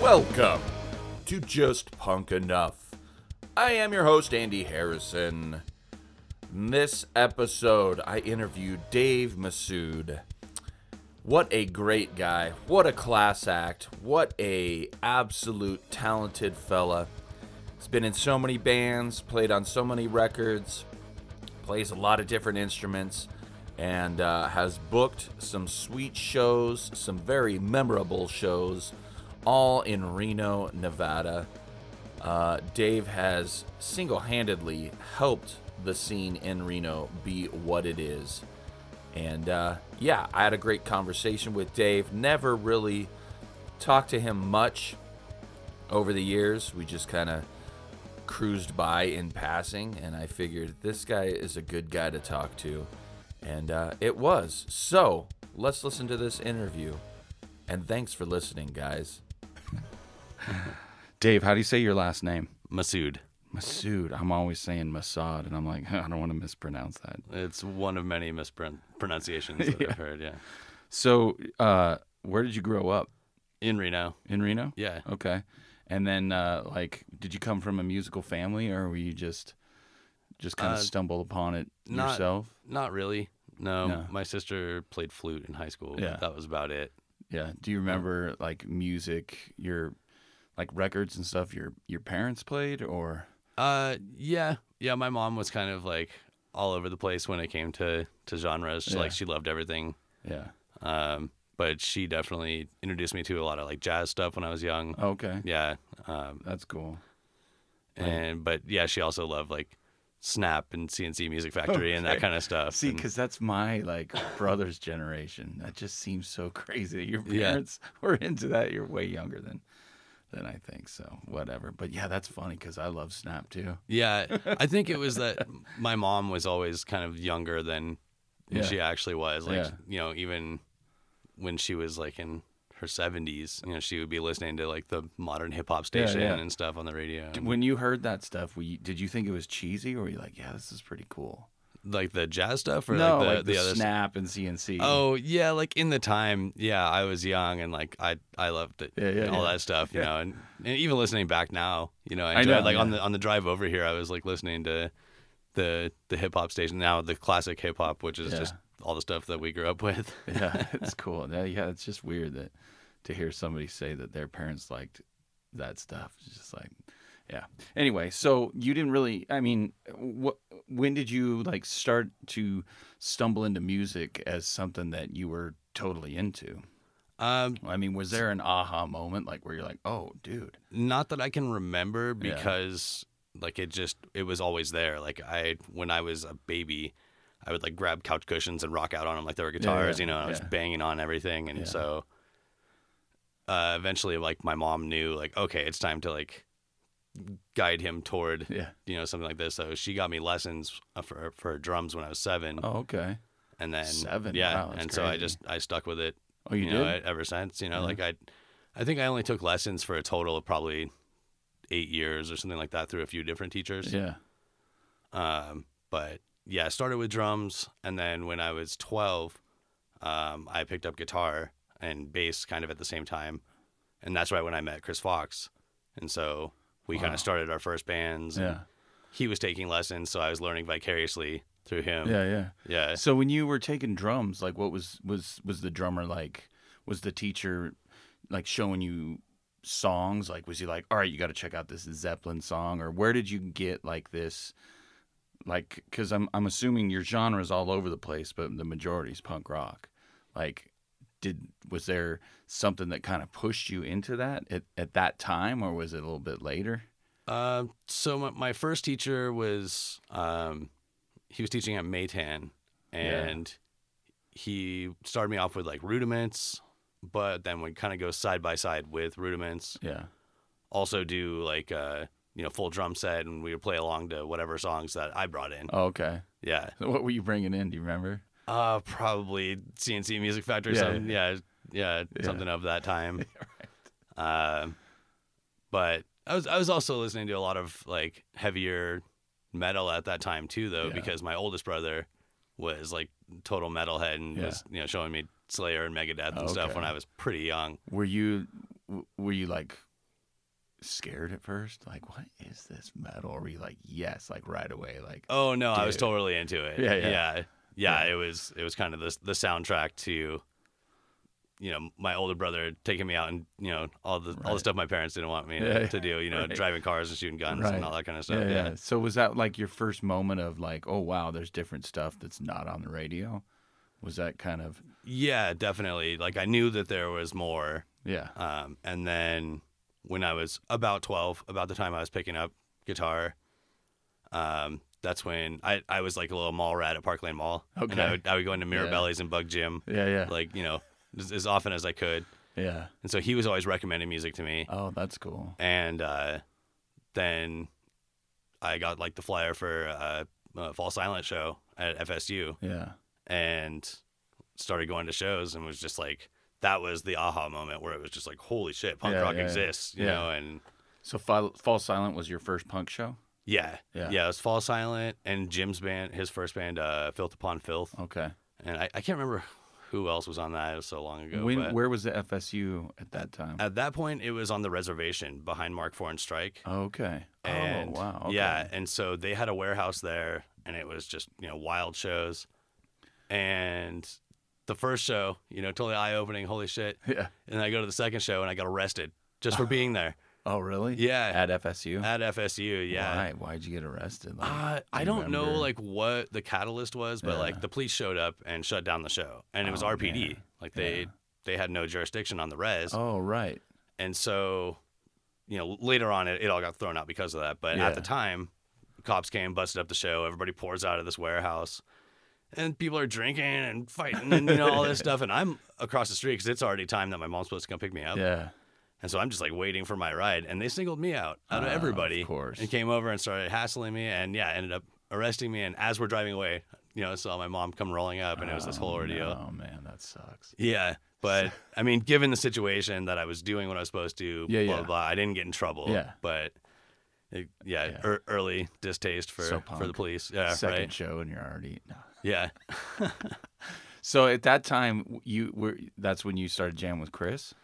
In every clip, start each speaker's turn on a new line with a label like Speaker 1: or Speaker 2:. Speaker 1: Welcome to Just Punk Enough. I am your host, Andy Harrison. In this episode, I interviewed Dave Masood. What a great guy. What a class act. What a absolute talented fella. He's been in so many bands, played on so many records, plays a lot of different instruments, and uh, has booked some sweet shows, some very memorable shows, all in Reno, Nevada. Uh, Dave has single handedly helped the scene in Reno be what it is. And uh, yeah, I had a great conversation with Dave. Never really talked to him much over the years. We just kind of cruised by in passing, and I figured this guy is a good guy to talk to. And uh, it was. So let's listen to this interview. And thanks for listening, guys.
Speaker 2: Dave, how do you say your last name?
Speaker 3: Masood.
Speaker 2: Masood. I'm always saying Massad, and I'm like, I don't want to mispronounce that.
Speaker 3: It's one of many mispronunciations that I've heard. Yeah,
Speaker 2: So, uh, where did you grow up?
Speaker 3: in Reno.
Speaker 2: In Reno? Oh,
Speaker 3: Yeah,
Speaker 2: Okay. And then, uh, like, did you come from a musical family, or were you just just kind
Speaker 3: Uh,
Speaker 2: of stumbled upon it
Speaker 3: not-
Speaker 2: yourself?
Speaker 3: not really. No,
Speaker 2: No.
Speaker 3: my sister played flute in high school.
Speaker 2: Yeah.
Speaker 3: but that was about it.
Speaker 2: Yeah. Do you remember like music, your like records and stuff your your parents played, or
Speaker 3: Uh, yeah, yeah. My mom was kind of like all over the place when it came to to genres. She,
Speaker 2: Yeah.
Speaker 3: Like she loved everything.
Speaker 2: yeah?
Speaker 3: Um, but she definitely introduced me to a lot of like jazz stuff when I was young.
Speaker 2: Oh, Okay,
Speaker 3: Yeah. Um,
Speaker 2: that's cool.
Speaker 3: and but yeah, she also loved like Snap and CNC Music Factory and that
Speaker 2: Okay.
Speaker 3: kind of stuff.
Speaker 2: See,
Speaker 3: and-
Speaker 2: because that's my like brother's generation. That just seems so crazy. that Your
Speaker 3: Yeah.
Speaker 2: parents were into that. You're way younger than than I think. So whatever. But yeah, that's funny because I love Snap too.
Speaker 3: Yeah, I think it was that my mom was always kind of younger than
Speaker 2: Yeah.
Speaker 3: she actually was. Like,
Speaker 2: Yeah.
Speaker 3: you know, even when she was like in her 70s, you know, she would be listening to like the modern hip hop
Speaker 2: Yeah,
Speaker 3: station
Speaker 2: yeah.
Speaker 3: and stuff on the radio.
Speaker 2: D- When you heard that stuff, were you, did you think it was cheesy, or were you like, yeah, this is pretty cool?
Speaker 3: Like the jazz stuff or like
Speaker 2: no,
Speaker 3: the,
Speaker 2: like the,
Speaker 3: the other
Speaker 2: Snap and CNC.
Speaker 3: Oh yeah, like in the time, yeah, I was young and like I I loved it,
Speaker 2: Yeah, yeah,
Speaker 3: and all
Speaker 2: yeah.
Speaker 3: that stuff, you know, and, and even listening back now, you know, I,
Speaker 2: I
Speaker 3: enjoy,
Speaker 2: know,
Speaker 3: like on
Speaker 2: yeah.
Speaker 3: the on the drive over here, I was like listening to the the hip hop station now, the classic hip hop, which is
Speaker 2: Yeah.
Speaker 3: just all the stuff that we grew up with.
Speaker 2: yeah, it's cool. Yeah, yeah, it's just weird that to hear somebody say that their parents liked that stuff. It's just like, yeah. Anyway, so you didn't really. I mean, what? When did you like start to stumble into music as something that you were totally into?
Speaker 3: Um,
Speaker 2: I mean, was there an aha moment like where you're like, oh, dude,
Speaker 3: not that I can remember
Speaker 2: Yeah.
Speaker 3: because like it just it was always there. Like I when I was a baby, I would like grab couch cushions and rock out on them like they were guitars, you know. And I was
Speaker 2: yeah.
Speaker 3: banging on everything, and
Speaker 2: Yeah.
Speaker 3: so uh, eventually, like my mom knew, like okay, it's time to like guide him toward
Speaker 2: yeah.
Speaker 3: you know something like this. So she got me lessons uh, for for drums when I was seven,
Speaker 2: Oh, okay.
Speaker 3: and then
Speaker 2: seven,
Speaker 3: yeah,
Speaker 2: wow, that's
Speaker 3: and so I
Speaker 2: crazy.
Speaker 3: just I stuck with it
Speaker 2: Oh, you,
Speaker 3: you
Speaker 2: did.
Speaker 3: know, e- ever since. You know,
Speaker 2: Yeah.
Speaker 3: like I, I think I only took lessons for a total of probably eight years or something like that through a few different teachers.
Speaker 2: yeah.
Speaker 3: Um, but yeah, I started with drums, and then when I was twelve, um, I picked up guitar and bass kind of at the same time, and that's right when I met Chris Fox, and so we kind
Speaker 2: Wow.
Speaker 3: of started our first bands. and
Speaker 2: Yeah.
Speaker 3: he was taking lessons, so I was learning vicariously through him.
Speaker 2: Yeah. Yeah.
Speaker 3: yeah.
Speaker 2: So when you were taking drums, like what was was was the drummer like? Was the teacher like showing you songs? Like was he like, all right, you got to check out this Zeppelin song, or where did you get like this? Like, because I'm I'm assuming your genre is all over the place, but the majority is punk rock. Like, did was there something that kind of pushed you into that at at that time, or was it a little bit later?
Speaker 3: Um, so my, my first teacher was um, he was teaching at Maytan, and he started me off with like rudiments, but then would kind of go side by side with rudiments.
Speaker 2: Yeah.
Speaker 3: Also do like uh, you know full drum set, and we would play along to whatever songs that I brought in.
Speaker 2: Oh, okay.
Speaker 3: Yeah,
Speaker 2: So what were you bringing in? Do you remember?
Speaker 3: uh, probably CNC Music Factory,
Speaker 2: Yeah,
Speaker 3: yeah, something, yeah, yeah,
Speaker 2: Yeah.
Speaker 3: something of that time. Um, but I was I was also listening to a lot of like heavier metal at that time too, though,
Speaker 2: Yeah.
Speaker 3: because my oldest brother was like total metalhead and
Speaker 2: Yeah. Oh,
Speaker 3: was you know showing me Slayer and Megadeth and stuff when
Speaker 2: Okay.
Speaker 3: I was pretty young.
Speaker 2: were you w- were you like scared at first? Like, what is this metal? Or were you like, yes, like right away? Like,
Speaker 3: Oh no, I was
Speaker 2: Dude.
Speaker 3: totally into it.
Speaker 2: Yeah, yeah.
Speaker 3: yeah, Yeah, It was it was kind of the the soundtrack to, you know, my older brother taking me out and you know all the all
Speaker 2: Right.
Speaker 3: the stuff my parents didn't want me to,
Speaker 2: Yeah,
Speaker 3: to do. You know,
Speaker 2: right.
Speaker 3: driving cars and shooting guns
Speaker 2: Right.
Speaker 3: and all that kind of stuff. Yeah,
Speaker 2: So was that like your first moment of like, oh wow, there's different stuff that's not on the radio? Was that kind of
Speaker 3: Yeah, definitely. Like I knew that there was more.
Speaker 2: yeah?
Speaker 3: Um, and then when I was about twelve, about the time I was picking up guitar, um, that's when I, I was like a little mall rat at Parkland Mall. And
Speaker 2: Okay.
Speaker 3: I would I would go into
Speaker 2: Yeah.
Speaker 3: Mirabelli's and Bug Gym.
Speaker 2: Yeah, yeah,
Speaker 3: like you know as, as often as I could.
Speaker 2: yeah.
Speaker 3: And so he was always recommending music to me.
Speaker 2: Oh, that's cool.
Speaker 3: And uh, then I got like the flyer for uh, uh, Fall Silent show at FSU
Speaker 2: Yeah,
Speaker 3: and started going to shows and was just like that was the aha moment where it was just like holy shit punk
Speaker 2: Yeah,
Speaker 3: rock
Speaker 2: yeah, yeah.
Speaker 3: exists you
Speaker 2: Yeah.
Speaker 3: know and
Speaker 2: so Fall, Fall Silent was your first punk show?
Speaker 3: yeah.
Speaker 2: Yeah.
Speaker 3: yeah it was Fall Silent and Jim's band his first band uh, Filth Upon Filth
Speaker 2: Okay.
Speaker 3: and I, I can't remember who else was on that it was so long ago
Speaker 2: when
Speaker 3: but-
Speaker 2: where was the FSU at that time?
Speaker 3: At that point, it was on the reservation behind Mark Foreign Strike.
Speaker 2: okay.
Speaker 3: And,
Speaker 2: oh wow. Okay.
Speaker 3: Yeah, and so they had a warehouse there, and it was just you know wild shows. And the first show, you know, totally eye opening. Holy shit!
Speaker 2: Yeah.
Speaker 3: And I go to the second show, and I got arrested just for being there.
Speaker 2: Oh really?
Speaker 3: Yeah,
Speaker 2: At FSU.
Speaker 3: at, FSU. Yeah.
Speaker 2: Why? Why'd you get arrested? Like,
Speaker 3: Uh, I
Speaker 2: you
Speaker 3: don't know
Speaker 2: remember?
Speaker 3: like what the catalyst was, but
Speaker 2: Yeah.
Speaker 3: like the police showed up and shut down the show, and it was
Speaker 2: Oh,
Speaker 3: RPD.
Speaker 2: man.
Speaker 3: Like they
Speaker 2: Yeah.
Speaker 3: they had no jurisdiction on the res.
Speaker 2: oh right.
Speaker 3: And so, you know, later on, it, it all got thrown out because of that. But
Speaker 2: Yeah.
Speaker 3: at the time, cops came, busted up the show. Everybody pours out of this warehouse, and people are drinking and fighting and you know all this stuff. And I'm across the street because it's already time that my mom's supposed to come pick me up.
Speaker 2: Yeah.
Speaker 3: And so I'm just like waiting for my ride. And they singled me out out
Speaker 2: Ah,
Speaker 3: of
Speaker 2: of
Speaker 3: everybody,
Speaker 2: course.
Speaker 3: and came over and started hassling me. And yeah, ended up arresting me. And as we're driving away, you know, I saw my mom come rolling up, and it was this whole ordeal.
Speaker 2: Oh man, that sucks.
Speaker 3: Yeah, but I mean, given the situation that I was doing what I was supposed to,
Speaker 2: Yeah,
Speaker 3: blah,
Speaker 2: yeah.
Speaker 3: blah blah, I didn't get in trouble.
Speaker 2: Yeah.
Speaker 3: but it, yeah,
Speaker 2: Yeah.
Speaker 3: ear- early distaste for
Speaker 2: So
Speaker 3: for the
Speaker 2: punk.
Speaker 3: police. Yeah,
Speaker 2: Second
Speaker 3: right.
Speaker 2: show, and you're already. No.
Speaker 3: Yeah,
Speaker 2: So at that time, you were. That's when you started jamming with Chris,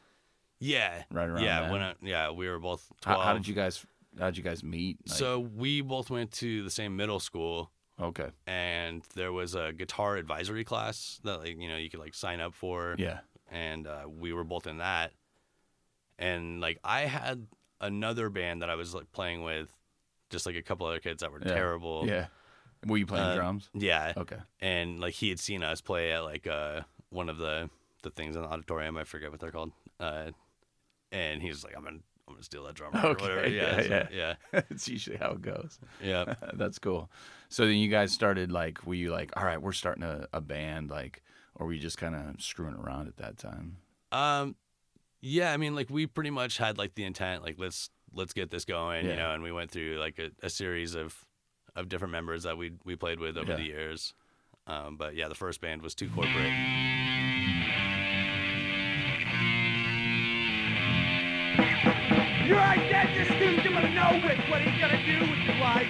Speaker 3: yeah,
Speaker 2: right around.
Speaker 3: yeah.
Speaker 2: then?
Speaker 3: When I, yeah, we were both
Speaker 2: how,
Speaker 3: twelve.
Speaker 2: how did you guys? How would you guys meet? Like-
Speaker 3: So we both went to the same middle school,
Speaker 2: okay.
Speaker 3: and there was a guitar advisory class that like you know you could like sign up for.
Speaker 2: Yeah.
Speaker 3: and uh, we were both in that. And like I had another band that I was like playing with, just like a couple other kids that were
Speaker 2: Yeah.
Speaker 3: terrible.
Speaker 2: Yeah. Were you playing
Speaker 3: Uh,
Speaker 2: drums?
Speaker 3: Yeah.
Speaker 2: Okay.
Speaker 3: And like he had seen us play at like uh one of the the things in the auditorium. I forget what they're called. Uh, and he was like, I'm gonna I'm gonna steal that drummer or
Speaker 2: Okay,
Speaker 3: whatever. Yeah,
Speaker 2: yeah,
Speaker 3: so- yeah,
Speaker 2: That's usually how it goes.
Speaker 3: yeah.
Speaker 2: That's cool. So then you guys started like, were you like, all right, we're starting a, a band, like, or were you just kind of screwing around at that time?
Speaker 3: Um, yeah, I mean, like we pretty much had like the intent, like let's let's get this going,
Speaker 2: Yeah.
Speaker 3: you know. And we went through like a, a series of of different members that we we played with over
Speaker 2: Yeah.
Speaker 3: the years. Um, but yeah, the first band was Too Corporate.
Speaker 4: You're right, Dad, you're student, you're gonna know it. What are you gonna do with your life?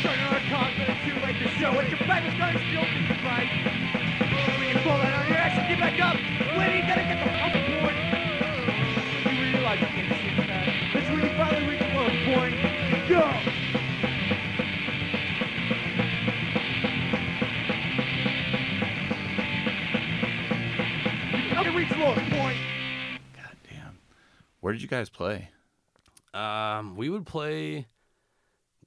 Speaker 4: Showing our confidence, too late to show it. Your back is gonna still be the fight. When you fall down on your ass, you get back up. When are you gonna get the fuck point? You realize you can't shit back. That's when you finally reach a low point. Go! You can reach low point.
Speaker 2: God damn. Where did you guys play?
Speaker 3: Um, we would play.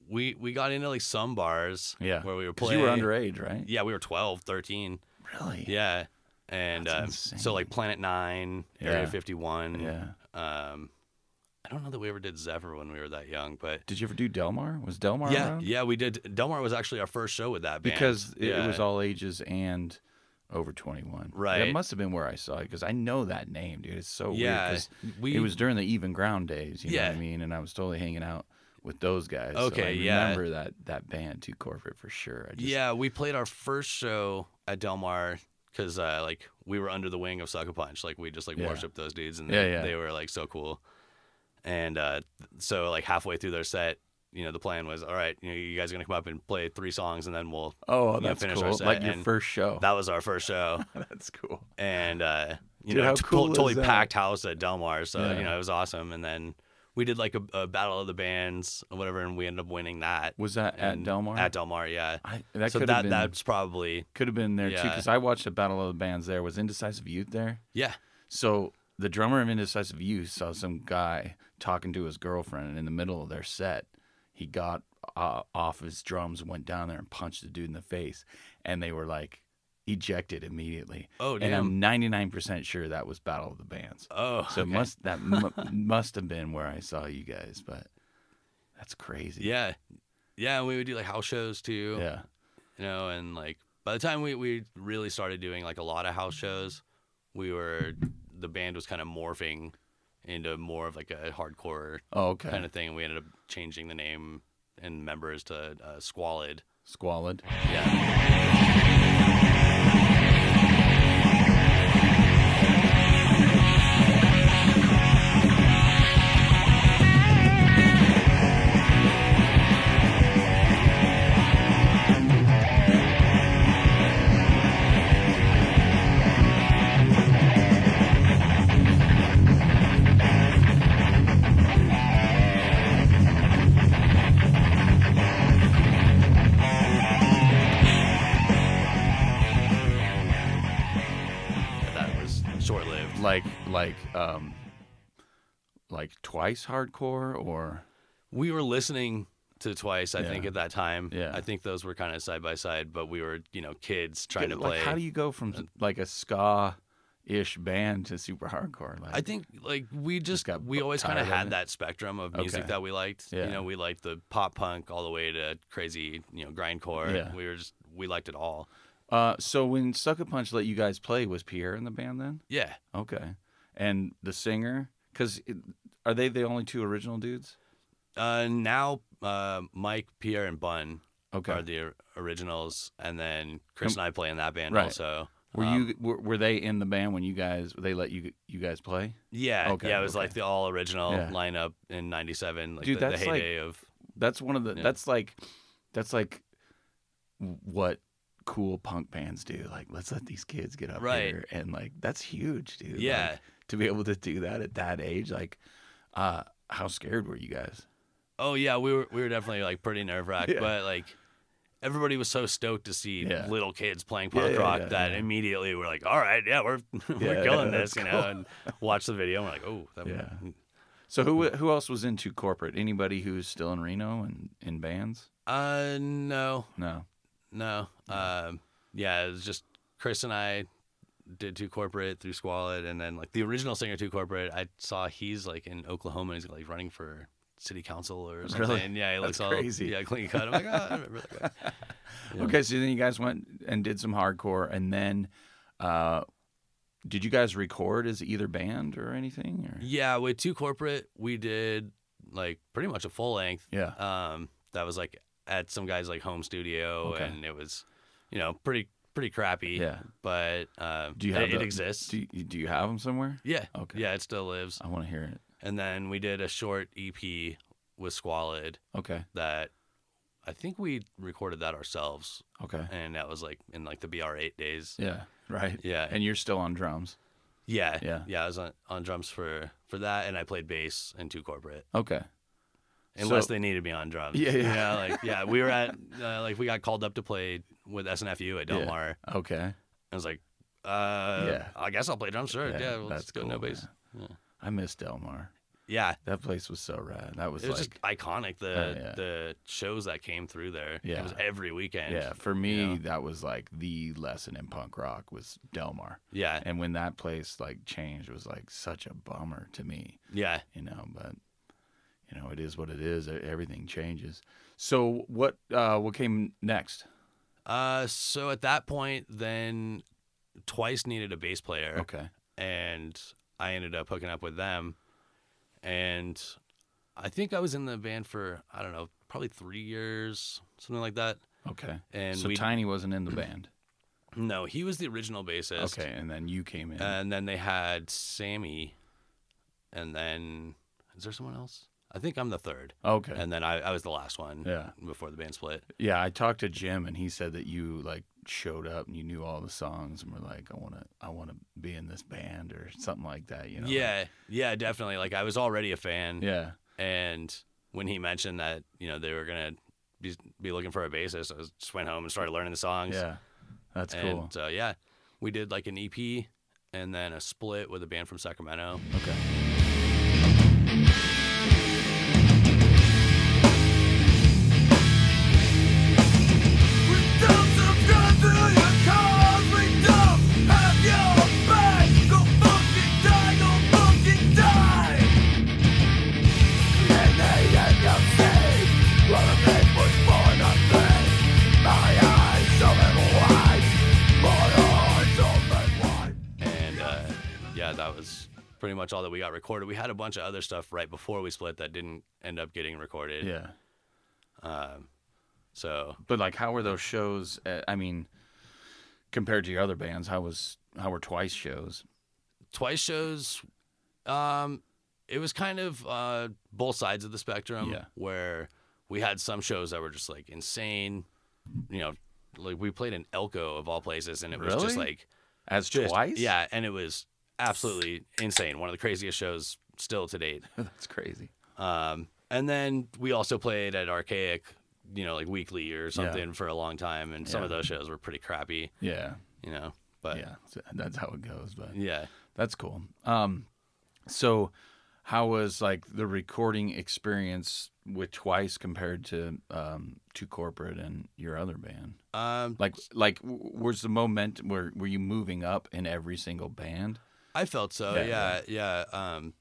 Speaker 3: We we got into like some bars.
Speaker 2: Yeah.
Speaker 3: where we were
Speaker 2: 'Cause
Speaker 3: playing.
Speaker 2: you were underage, right?
Speaker 3: Yeah, we were 12, 13.
Speaker 2: Really?
Speaker 3: Yeah. And uh,
Speaker 2: That's
Speaker 3: so like
Speaker 2: insane.
Speaker 3: Planet Nine, Area
Speaker 2: Yeah.
Speaker 3: 51.
Speaker 2: Yeah.
Speaker 3: Um, I don't know that we ever did Zephyr when we were that young, but
Speaker 2: Did you ever do Delmar? Was Delmar
Speaker 3: yeah,
Speaker 2: around?
Speaker 3: yeah, we did. Delmar was actually our first show with that band
Speaker 2: Because it, it
Speaker 3: Yeah.
Speaker 2: was all ages and over 21. That
Speaker 3: Right.
Speaker 2: must have been where I saw it because I know that name, dude. It's so
Speaker 3: Yeah,
Speaker 2: weird. 'cause
Speaker 3: we-
Speaker 2: it was during the Even Ground days, you know
Speaker 3: Yeah.
Speaker 2: what I mean? And I was totally hanging out with those guys. so I
Speaker 3: Okay, yeah.
Speaker 2: remember that, that band, Too Corporate, for sure. I just,
Speaker 3: yeah, we played our first show at Delmar because uh, like we were under the wing of Sucker Punch, like we just like
Speaker 2: Yeah.
Speaker 3: worshipped those dudes, and
Speaker 2: Yeah,
Speaker 3: they,
Speaker 2: yeah.
Speaker 3: they were like so cool. And uh, so like halfway through their set, you know, the plan was all right, you know, you guys are gonna come up and play three songs, and then we'll.
Speaker 2: Oh,
Speaker 3: you know,
Speaker 2: that's
Speaker 3: finish our
Speaker 2: cool.
Speaker 3: set,
Speaker 2: Like your
Speaker 3: and
Speaker 2: first show.
Speaker 3: That was our first show.
Speaker 2: that's cool.
Speaker 3: and uh, you
Speaker 2: Dude,
Speaker 3: know,
Speaker 2: how
Speaker 3: t-
Speaker 2: cool is
Speaker 3: totally
Speaker 2: that?
Speaker 3: packed house at Delmar. So
Speaker 2: Yeah.
Speaker 3: you know, it was awesome. And then we did like a, a battle of the bands or whatever, and we ended up winning that.
Speaker 2: Was that at
Speaker 3: And-
Speaker 2: Del Mar?
Speaker 3: At Del Mar, yeah.
Speaker 2: I, that
Speaker 3: so
Speaker 2: could
Speaker 3: that
Speaker 2: have been
Speaker 3: that's probably
Speaker 2: could have been there too
Speaker 3: Yeah.
Speaker 2: because I watched a battle of the bands there. Was Indecisive Youth there?
Speaker 3: yeah.
Speaker 2: So the drummer of Indecisive Youth saw some guy talking to his girlfriend, and in the middle of their set, he got uh, off his drums, went down there, and punched the dude in the face, and they were like ejected immediately.
Speaker 3: Oh,
Speaker 2: And I'm 99% sure that was Battle of the Bands.
Speaker 3: Oh,
Speaker 2: So it
Speaker 3: okay.
Speaker 2: must that mu must have been where I saw you guys, but that's crazy.
Speaker 3: yeah, yeah. and We would do like house shows too.
Speaker 2: Yeah.
Speaker 3: you know, and like by the time we, we really started doing like a lot of house shows, we were the band was kind of morphing into more of like a hardcore
Speaker 2: Oh, okay.
Speaker 3: kind of thing. and We ended up changing the name and members to uh, Squalid.
Speaker 2: Squalid.
Speaker 3: Yeah, that was short lived.
Speaker 2: Like like um like twice hardcore or
Speaker 3: We were listening to Twice, I think,
Speaker 2: Yeah.
Speaker 3: at that time.
Speaker 2: Yeah.
Speaker 3: I think those were kind of side by side, but we were you know kids trying to
Speaker 2: Like,
Speaker 3: play.
Speaker 2: how do you go from like a ska ish band to super hardcore? Like,
Speaker 3: I think like we just,
Speaker 2: got
Speaker 3: we
Speaker 2: b-
Speaker 3: always kind
Speaker 2: tired
Speaker 3: of
Speaker 2: of
Speaker 3: had
Speaker 2: it.
Speaker 3: that spectrum of music
Speaker 2: Okay.
Speaker 3: that we liked.
Speaker 2: Yeah.
Speaker 3: You know, we liked the pop punk all the way to crazy, you know, grindcore.
Speaker 2: Yeah.
Speaker 3: We were just we liked it all.
Speaker 2: Uh, so when Sucker Punch let you guys play, was Pierre in the band then?
Speaker 3: Yeah.
Speaker 2: Okay, and the singer, because are they the only two original dudes?
Speaker 3: Uh, now uh, Mike, Pierre, and Bun
Speaker 2: Okay,
Speaker 3: are the or- originals, and then Chris and I play in that band
Speaker 2: Right.
Speaker 3: also.
Speaker 2: were
Speaker 3: Um,
Speaker 2: you were, were they in the band when you guys they let you you guys play?
Speaker 3: Yeah,
Speaker 2: Okay,
Speaker 3: yeah. It was
Speaker 2: okay.
Speaker 3: like the all original
Speaker 2: Yeah.
Speaker 3: lineup in '97, like
Speaker 2: Dude,
Speaker 3: the, the
Speaker 2: that's like-
Speaker 3: heyday of.
Speaker 2: That's one of the
Speaker 3: Yeah.
Speaker 2: that's like that's like what cool punk bands do. Like let's let these kids get up
Speaker 3: Right.
Speaker 2: here and like that's huge, dude. Like,
Speaker 3: Yeah,
Speaker 2: to be able to do that at that age, like uh how scared were you guys?
Speaker 3: Oh yeah, we were we were definitely like pretty nerve wracked,
Speaker 2: Yeah.
Speaker 3: but like everybody was so stoked to see
Speaker 2: Yeah.
Speaker 3: little kids playing
Speaker 2: Yeah,
Speaker 3: punk
Speaker 2: yeah,
Speaker 3: rock
Speaker 2: yeah,
Speaker 3: that
Speaker 2: yeah.
Speaker 3: immediately we're like, all right, yeah, we're we're
Speaker 2: Yeah,
Speaker 3: killing
Speaker 2: yeah,
Speaker 3: this, you
Speaker 2: that's
Speaker 3: know, and watch the video. And we're like, oh, that
Speaker 2: Yeah. So who who else was into corporate? Anybody who's still in Reno and in bands?
Speaker 3: uh, no,
Speaker 2: No.
Speaker 3: no, um, yeah, it was just Chris and I did two corporate through Squalid, and then like the original singer two corporate, I saw he's like in Oklahoma, he's like running for city council or something. Yeah, he looks
Speaker 2: That's
Speaker 3: all
Speaker 2: crazy.
Speaker 3: Yeah, clean cut. I'm like, oh, I remember that guy. Yeah.
Speaker 2: Okay, so then you guys went and did some hardcore, and then uh, did you guys record as either band or anything? Or?
Speaker 3: Yeah, with two corporate, we did like pretty much a full length.
Speaker 2: Yeah.
Speaker 3: Um, that was like at some guy's like home studio,
Speaker 2: Okay.
Speaker 3: and it was, you know, pretty pretty crappy.
Speaker 2: Yeah.
Speaker 3: But um,
Speaker 2: Do you have
Speaker 3: it, it
Speaker 2: the-
Speaker 3: exists?
Speaker 2: Do you, do you have them somewhere?
Speaker 3: yeah.
Speaker 2: Okay.
Speaker 3: Yeah, it still lives.
Speaker 2: I want to hear it.
Speaker 3: And then we did a short EP with Squalid
Speaker 2: Okay.
Speaker 3: that I think we recorded that ourselves,
Speaker 2: Okay.
Speaker 3: and that was like in like the BR8 days.
Speaker 2: Yeah. Right.
Speaker 3: Yeah.
Speaker 2: And you're still on drums.
Speaker 3: Yeah.
Speaker 2: Yeah.
Speaker 3: I was on, on drums for for that, and I played bass in two corporate.
Speaker 2: Okay.
Speaker 3: unless
Speaker 2: So-
Speaker 3: they needed me on drums.
Speaker 2: Yeah, yeah.
Speaker 3: yeah. Like, yeah, we were at uh, like we got called up to play with SNFU at Del
Speaker 2: Yeah.
Speaker 3: Mar.
Speaker 2: Okay.
Speaker 3: I was like, uh,
Speaker 2: Yeah.
Speaker 3: I guess I'll play drums. Sure, Oh, yeah, well,
Speaker 2: that's
Speaker 3: let's go no bass.
Speaker 2: man.
Speaker 3: Yeah.
Speaker 2: I miss Del Mar.
Speaker 3: Yeah,
Speaker 2: That place was so rad. That was,
Speaker 3: it was
Speaker 2: like,
Speaker 3: just iconic the
Speaker 2: Oh, yeah.
Speaker 3: the shows that came through there.
Speaker 2: Yeah.
Speaker 3: it was every weekend.
Speaker 2: yeah. For me,
Speaker 3: know.
Speaker 2: that was like the lesson in punk rock was Del Mar.
Speaker 3: yeah,
Speaker 2: And when that place like changed, it was like such a bummer to me.
Speaker 3: yeah.
Speaker 2: you know but you know it is what it is E- everything changes so what uh what came next
Speaker 3: Uh, so at that point, then twice needed a bass player.
Speaker 2: okay
Speaker 3: and I ended up hooking up with them. And I think I was in the band for I don't know, probably three years, something like that.
Speaker 2: okay
Speaker 3: And
Speaker 2: so
Speaker 3: we
Speaker 2: tiny wasn't in the band
Speaker 3: no, he was the original bassist.
Speaker 2: okay and then you came in
Speaker 3: And then they had Sammy, and then is there someone else? I think I'm the third,
Speaker 2: okay
Speaker 3: and then I, I was the last one.
Speaker 2: Yeah.
Speaker 3: Before the band split.
Speaker 2: yeah i talked to jim and he said that you like showed up and you knew all the songs and were like i want to i want to be in this band or something like that you know
Speaker 3: yeah. Yeah. Definitely. Like I was already a fan.
Speaker 2: yeah
Speaker 3: And when he mentioned that, you know, they were gonna be, be looking for a bassist, I was- just went home and started learning the songs.
Speaker 2: Yeah, that's
Speaker 3: and
Speaker 2: cool.
Speaker 3: uh, yeah, we did like an EP and then a split with a band from Sacramento.
Speaker 2: Okay.
Speaker 3: And uh, yeah, that was pretty much all that we got recorded. We had a bunch of other stuff right before we split that didn't end up getting recorded.
Speaker 2: Yeah.
Speaker 3: Um, so
Speaker 2: But like, how were those shows? uh I mean, compared to your other bands, how was how were Twice shows?
Speaker 3: twice shows um it was kind of uh both sides of the spectrum
Speaker 2: Yeah.
Speaker 3: where we had some shows that were just like insane you know like we played in elko of all places and it was just
Speaker 2: Really?
Speaker 3: like
Speaker 2: As
Speaker 3: just
Speaker 2: Twice?
Speaker 3: yeah and it was absolutely insane one of the craziest shows still to date
Speaker 2: that's crazy.
Speaker 3: um and then we also played at archaic you know like weekly or something for a long time and some of
Speaker 2: Yeah.
Speaker 3: those shows were pretty crappy
Speaker 2: Yeah,
Speaker 3: you know but
Speaker 2: yeah, so that's how it goes. But
Speaker 3: yeah.
Speaker 2: that's cool. Um, so how was like the recording experience with Twice compared to um to corporate and your other band?
Speaker 3: um
Speaker 2: Like, like, w- was the moment where were you moving up in every single band?
Speaker 3: I felt so.
Speaker 2: Yeah,
Speaker 3: Yeah, yeah. Um,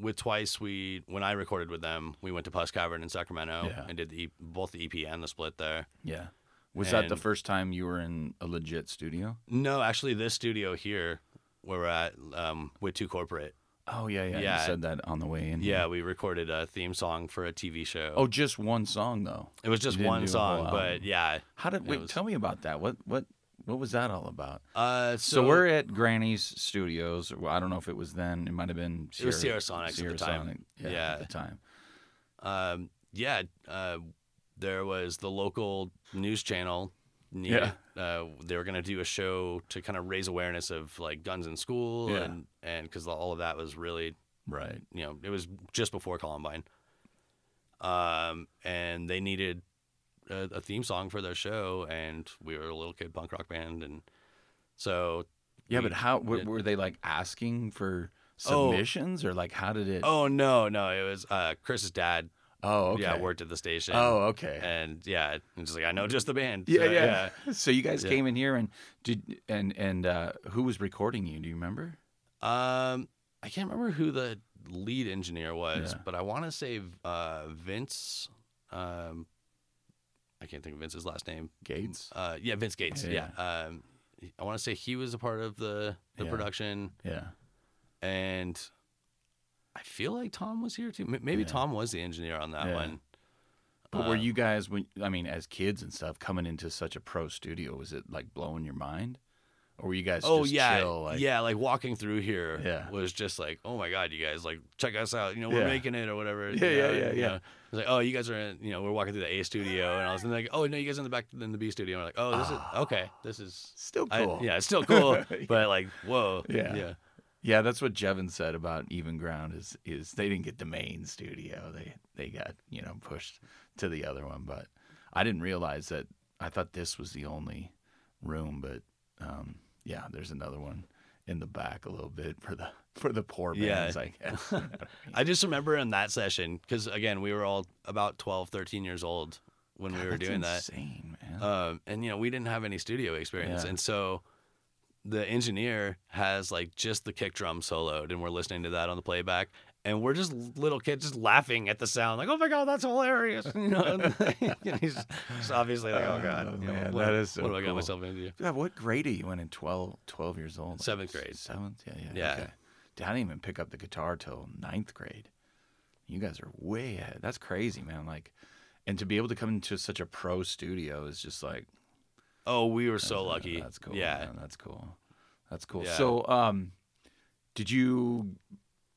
Speaker 3: with Twice, we when I recorded with them, we went to Puss Cavern in Sacramento
Speaker 2: Yeah.
Speaker 3: and did the E- both the EP and the split there.
Speaker 2: Yeah. Was that the
Speaker 3: And-
Speaker 2: first time you were in a legit studio?
Speaker 3: No, actually, this studio here where we're at um, with Two Corporate,
Speaker 2: Oh yeah, yeah.
Speaker 3: Yeah.
Speaker 2: You said that on the way in.
Speaker 3: yeah, we recorded a theme song for a TV show.
Speaker 2: Mm-hmm. Oh, just one song though.
Speaker 3: it was just
Speaker 2: you didn't
Speaker 3: one
Speaker 2: do a whole
Speaker 3: song, but
Speaker 2: album.
Speaker 3: yeah.
Speaker 2: How did
Speaker 3: It
Speaker 2: wait?
Speaker 3: was-
Speaker 2: Tell me about that. What what what was that all about?
Speaker 3: Uh,
Speaker 2: So,
Speaker 3: so,
Speaker 2: we're at Granny's Studios. Well, I don't know if it was then. It might have been.
Speaker 3: It was Sierra Sonics at the time.
Speaker 2: Sonic, Yeah,
Speaker 3: Yeah.
Speaker 2: At the time.
Speaker 3: um, yeah, uh, there was the local news channel.
Speaker 2: Yeah.
Speaker 3: Uh, they were going to do a show to kind of raise awareness of like guns in school
Speaker 2: Yeah.
Speaker 3: and and because all of that was really
Speaker 2: Right.
Speaker 3: you know it was just before Columbine. Um, and they needed a, a theme song for their show, and we were a little kid punk rock band, and so
Speaker 2: Yeah,
Speaker 3: we
Speaker 2: but how w-
Speaker 3: did-
Speaker 2: were they like asking for
Speaker 3: Oh.
Speaker 2: submissions or like how did it?
Speaker 3: oh no no it was uh Chris's dad
Speaker 2: oh okay.
Speaker 3: yeah worked at the station
Speaker 2: Oh okay.
Speaker 3: and yeah and just like I know just the band
Speaker 2: yeah,
Speaker 3: So,
Speaker 2: yeah, So you guys
Speaker 3: Yeah.
Speaker 2: came in here and did and and uh, who was recording you? Do you remember?
Speaker 3: Um, I can't remember who the lead engineer was,
Speaker 2: Yeah.
Speaker 3: but I want to say uh, Vince. Um, I can't think of Vince's last name.
Speaker 2: Gates.
Speaker 3: Uh, yeah, Vince Gates. Yeah.
Speaker 2: Yeah.
Speaker 3: Um, I want to say he was a part of the the
Speaker 2: Yeah.
Speaker 3: production,
Speaker 2: Yeah.
Speaker 3: and I feel like Tom was here too. M- Maybe
Speaker 2: Yeah.
Speaker 3: Tom was the engineer on that
Speaker 2: Yeah.
Speaker 3: one.
Speaker 2: But were
Speaker 3: Um,
Speaker 2: you guys when I mean as kids and stuff coming into such a pro studio was it like blowing your mind? Or were you guys
Speaker 3: oh
Speaker 2: just
Speaker 3: yeah,
Speaker 2: chill like
Speaker 3: yeah. Like walking through here
Speaker 2: Yeah.
Speaker 3: was just like, oh my god, you guys like check us out. You know, we're
Speaker 2: Yeah.
Speaker 3: making it or whatever.
Speaker 2: Yeah,
Speaker 3: you
Speaker 2: yeah,
Speaker 3: know,
Speaker 2: yeah,
Speaker 3: and, you
Speaker 2: yeah.
Speaker 3: know, it's like, oh, you guys are in. You know, we're walking through the A studio, and I was like, oh no, you guys are in the back in the B studio. And we're like, oh, this is okay. This is
Speaker 2: Ah. still
Speaker 3: I-
Speaker 2: cool.
Speaker 3: yeah, it's still cool, but like, whoa,
Speaker 2: Yeah.
Speaker 3: yeah,
Speaker 2: Yeah, that's what Jevin said about Even Ground is is they didn't get the main studio. They they got, you know, pushed to the other one, but I didn't realize that I thought this was the only room, but um yeah, there's another one in the back a little bit for the for the poor
Speaker 3: Yeah.
Speaker 2: bands, I guess. You know what I mean?
Speaker 3: I just remember in that session because again, we were all about 12, 13 years old when we were
Speaker 2: That's
Speaker 3: doing that.
Speaker 2: insane, man.
Speaker 3: um, and you know we didn't have any studio experience,
Speaker 2: Yeah.
Speaker 3: and so the engineer has like just the kick drum soloed, and we're listening to that on the playback, and we're just little kids just laughing at the sound, like oh my god, that's hilarious, you know. and, you know, he's just obviously like oh god,
Speaker 2: Oh,
Speaker 3: you know,
Speaker 2: man,
Speaker 3: what,
Speaker 2: that is so
Speaker 3: what do I got
Speaker 2: cool.
Speaker 3: myself into?
Speaker 2: Yeah, what grade are you in at 12, 12 years old? Like
Speaker 3: Seventh grade.
Speaker 2: Seventh, yeah, yeah.
Speaker 3: Yeah.
Speaker 2: Okay. Dude, I didn't even pick up the guitar till ninth grade. You guys are way ahead. That's crazy, man. Like, and to be able to come into such a pro studio is just like
Speaker 3: Oh, we were so
Speaker 2: that's-
Speaker 3: lucky.
Speaker 2: That's cool.
Speaker 3: Yeah,
Speaker 2: man. that's cool. That's cool.
Speaker 3: Yeah.
Speaker 2: So, um, did you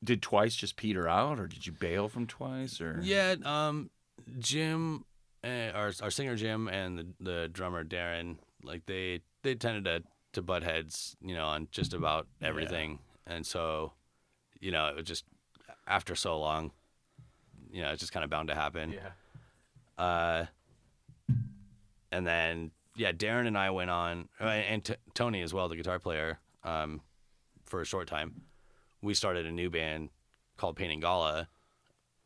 Speaker 2: did twice just peter out, or did you bail from twice, or
Speaker 3: yeah. Um, Jim, uh, our our singer Jim and the the drummer Darren, like they they tended to to butt heads, you know, on just about everything, and so, you know, it was just after so long, you know, it's just kind of bound to happen. Uh, and then yeah, Darren and I went on, uh, and t- Tony as well, the guitar player, um, for a short time. We started a new band called Painting Gala,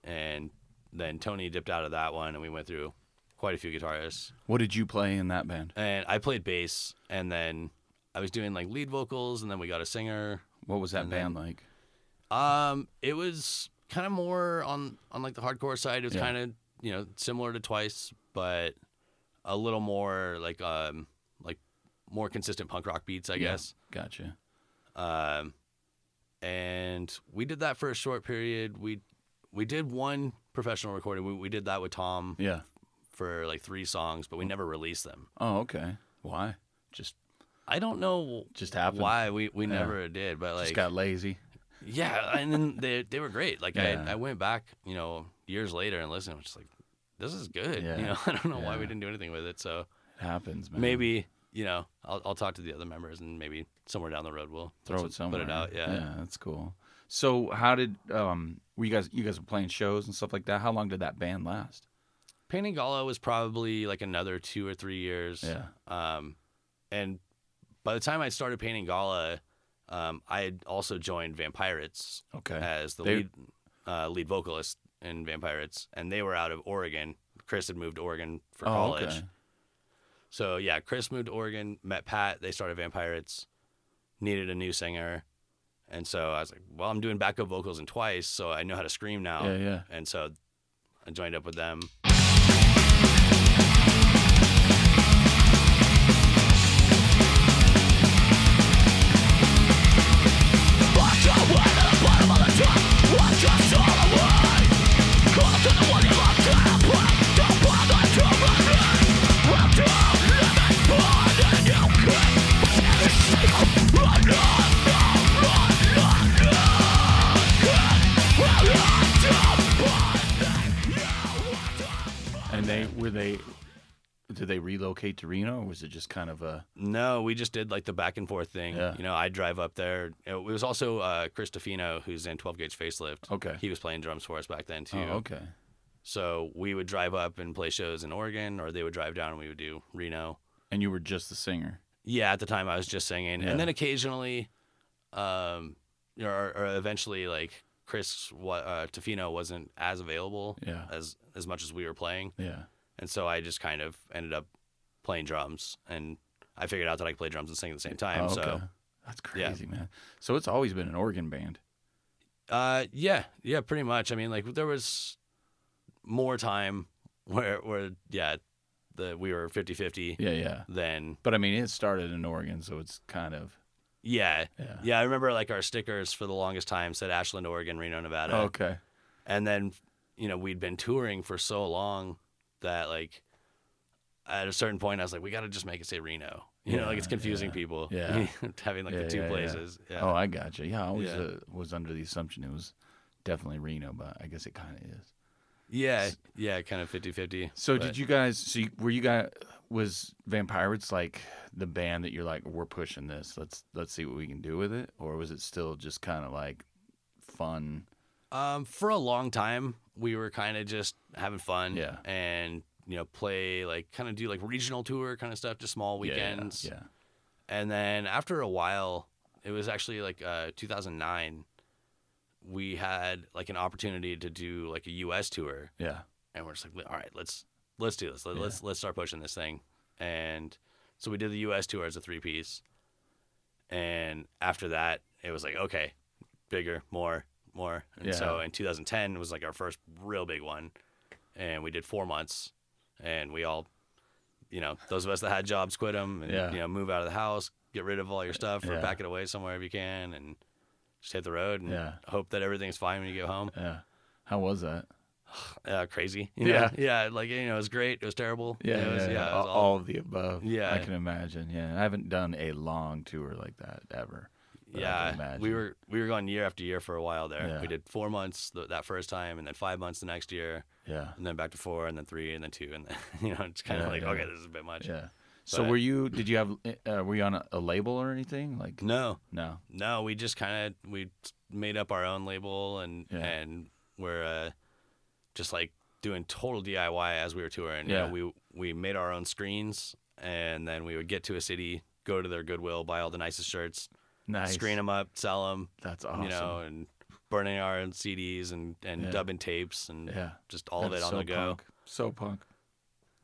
Speaker 3: and then Tony dipped out of that one, and we went through quite a few guitarists.
Speaker 2: What did you play in that band?
Speaker 3: And I played bass, and then I was doing like lead vocals, and then we got a singer.
Speaker 2: What was that
Speaker 3: And then-
Speaker 2: band like?
Speaker 3: Um, it was kind of more on on like the hardcore side. It was
Speaker 2: Yeah.
Speaker 3: kind of you know similar to Twice, but a little more like um like more consistent punk rock beats, I
Speaker 2: Yeah.
Speaker 3: guess.
Speaker 2: Gotcha.
Speaker 3: Um, and we did that for a short period. We we did one professional recording. We we did that with Tom
Speaker 2: Yeah.
Speaker 3: for like three songs, but we never released them.
Speaker 2: Oh, okay. Why? Just
Speaker 3: I don't know
Speaker 2: just happened.
Speaker 3: why we, we
Speaker 2: Yeah.
Speaker 3: never did, but like
Speaker 2: just got lazy.
Speaker 3: Yeah, and then they they were great. Like
Speaker 2: Yeah.
Speaker 3: I, I went back, you know, years later and listened. I was just like, this is good.
Speaker 2: Yeah.
Speaker 3: You know, I don't know why
Speaker 2: Yeah.
Speaker 3: we didn't do anything with it. So
Speaker 2: It happens, man.
Speaker 3: maybe you know, I'll I'll talk to the other members and maybe somewhere down the road we'll
Speaker 2: throw
Speaker 3: put
Speaker 2: it
Speaker 3: some-
Speaker 2: somewhere.
Speaker 3: Put it out. Yeah.
Speaker 2: that's cool. So how did um were you guys you guys were playing shows and stuff like that? How long did that band last?
Speaker 3: Painting Gala was probably like another two or three years.
Speaker 2: Yeah.
Speaker 3: Um, and by the time I started painting Gala, um, I had also joined Vampirates
Speaker 2: Okay.
Speaker 3: as the
Speaker 2: They-
Speaker 3: lead uh, lead vocalist in Vampirates, and they were out of Oregon. Chris had moved to Oregon for
Speaker 2: Oh,
Speaker 3: college.
Speaker 2: okay.
Speaker 3: So yeah, Chris moved to Oregon, met Pat, they started Vampirates, needed a new singer. And so I was like, well, I'm doing backup vocals in twice, so I know how to scream now.
Speaker 2: Yeah, yeah.
Speaker 3: And so I joined up with them.
Speaker 2: And they were they did they relocate to Reno or was it just kind of a
Speaker 3: No, we just did like the back and forth thing.
Speaker 2: Yeah.
Speaker 3: You know, I drive up there. It was also uh, Chris Tofino, who's in 12 Gauge Facelift.
Speaker 2: Okay.
Speaker 3: He was playing drums for us back then too.
Speaker 2: oh, okay.
Speaker 3: So we would drive up and play shows in Oregon, or they would drive down and we would do Reno.
Speaker 2: And you were just the singer.
Speaker 3: Yeah, at the time I was just singing,
Speaker 2: Yeah.
Speaker 3: and then occasionally, um, you know, or, or eventually, like Chris wa- uh, Tofino wasn't as available
Speaker 2: Yeah.
Speaker 3: as as much as we were playing,
Speaker 2: Yeah.
Speaker 3: and so I just kind of ended up playing drums, and I figured out that I could play drums and sing at the same time.
Speaker 2: Oh,
Speaker 3: So,
Speaker 2: okay. that's
Speaker 3: yeah.
Speaker 2: crazy, man. So it's always been an Oregon band.
Speaker 3: uh, yeah, yeah, pretty much. I mean, like there was more time where where yeah, the we were 50-50
Speaker 2: Yeah, yeah.
Speaker 3: then
Speaker 2: But I mean, it started in Oregon, so it's kind of
Speaker 3: yeah.
Speaker 2: yeah.
Speaker 3: Yeah, I remember like our stickers for the longest time said Ashland, Oregon, Reno, Nevada.
Speaker 2: Oh, Okay.
Speaker 3: and then you know we'd been touring for so long that like at a certain point i was like we got to just make it say reno you know like it's
Speaker 2: Yeah,
Speaker 3: confusing
Speaker 2: yeah,
Speaker 3: people
Speaker 2: yeah.
Speaker 3: having like
Speaker 2: Yeah,
Speaker 3: the two
Speaker 2: yeah, yeah.
Speaker 3: places yeah.
Speaker 2: Oh, I gotcha. Yeah, I always
Speaker 3: Yeah.
Speaker 2: uh, was under the assumption it was definitely Reno, but I guess it kind of is.
Speaker 3: yeah yeah kind of 50-50
Speaker 2: So did you guys? So you, were you guys? Was Vampirates like the band that you're like we're pushing this? Let's let's see what we can do with it, or was it still just kind of like fun?
Speaker 3: um for a long time we were kind of just having fun
Speaker 2: Yeah.
Speaker 3: and you know play like kind of do like regional tour kind of stuff just small
Speaker 2: Yeah, yeah,
Speaker 3: weekends
Speaker 2: Yeah.
Speaker 3: And then after a while, it was actually like uh, 2009. We had like an opportunity to do like a U.S. tour,
Speaker 2: Yeah.
Speaker 3: and we're just like, all right, let's let's do this. Let, Let's let's start pushing this thing. And so we did the U.S. tour as a three piece. And after that, it was like, okay, bigger, more, more. And so
Speaker 2: Yeah.
Speaker 3: in 2010 was like our first real big one, and we did four months, and we all you know, those of us that had jobs quit them and
Speaker 2: Yeah.
Speaker 3: you know move out of the house, get rid of all your stuff, or
Speaker 2: Yeah.
Speaker 3: pack it away somewhere if you can, and just hit the road and
Speaker 2: Yeah.
Speaker 3: hope that everything's fine when you get home.
Speaker 2: Yeah. How was that?
Speaker 3: Uh, crazy, you know?
Speaker 2: Yeah.
Speaker 3: yeah, like you know, it was great, it was terrible, it was, it was
Speaker 2: all,
Speaker 3: all,
Speaker 2: all of the above.
Speaker 3: Yeah.
Speaker 2: I can imagine. Yeah, I haven't done a long tour like that ever. but I can
Speaker 3: yeah.
Speaker 2: imagine.
Speaker 3: We were we were going year after year for a while there.
Speaker 2: Yeah.
Speaker 3: We did four months th- that first time, and then five months the next year,
Speaker 2: Yeah.
Speaker 3: and then back to four, and then three, and then two, and then you know, it's kind of
Speaker 2: Yeah,
Speaker 3: like
Speaker 2: yeah.
Speaker 3: okay, this is a bit much.
Speaker 2: Yeah. So
Speaker 3: But-
Speaker 2: were you? Did you have? Uh, were you on a, a label or anything? Like
Speaker 3: No,
Speaker 2: no.
Speaker 3: No, we just kind of we made up our own label and
Speaker 2: Yeah.
Speaker 3: and we're uh, just like doing total DIY as we were touring. You
Speaker 2: Yeah.
Speaker 3: know, we we made our own screens, and then we would get to a city, go to their Goodwill, buy all the nicest shirts, screen 'em
Speaker 2: Nice.
Speaker 3: screen them up, sell them,
Speaker 2: That's awesome.
Speaker 3: you know, and burning our own CDs and and
Speaker 2: Yeah.
Speaker 3: dubbing tapes and
Speaker 2: yeah.
Speaker 3: just all of
Speaker 2: That's
Speaker 3: it on
Speaker 2: so
Speaker 3: the go.
Speaker 2: Punk. So punk.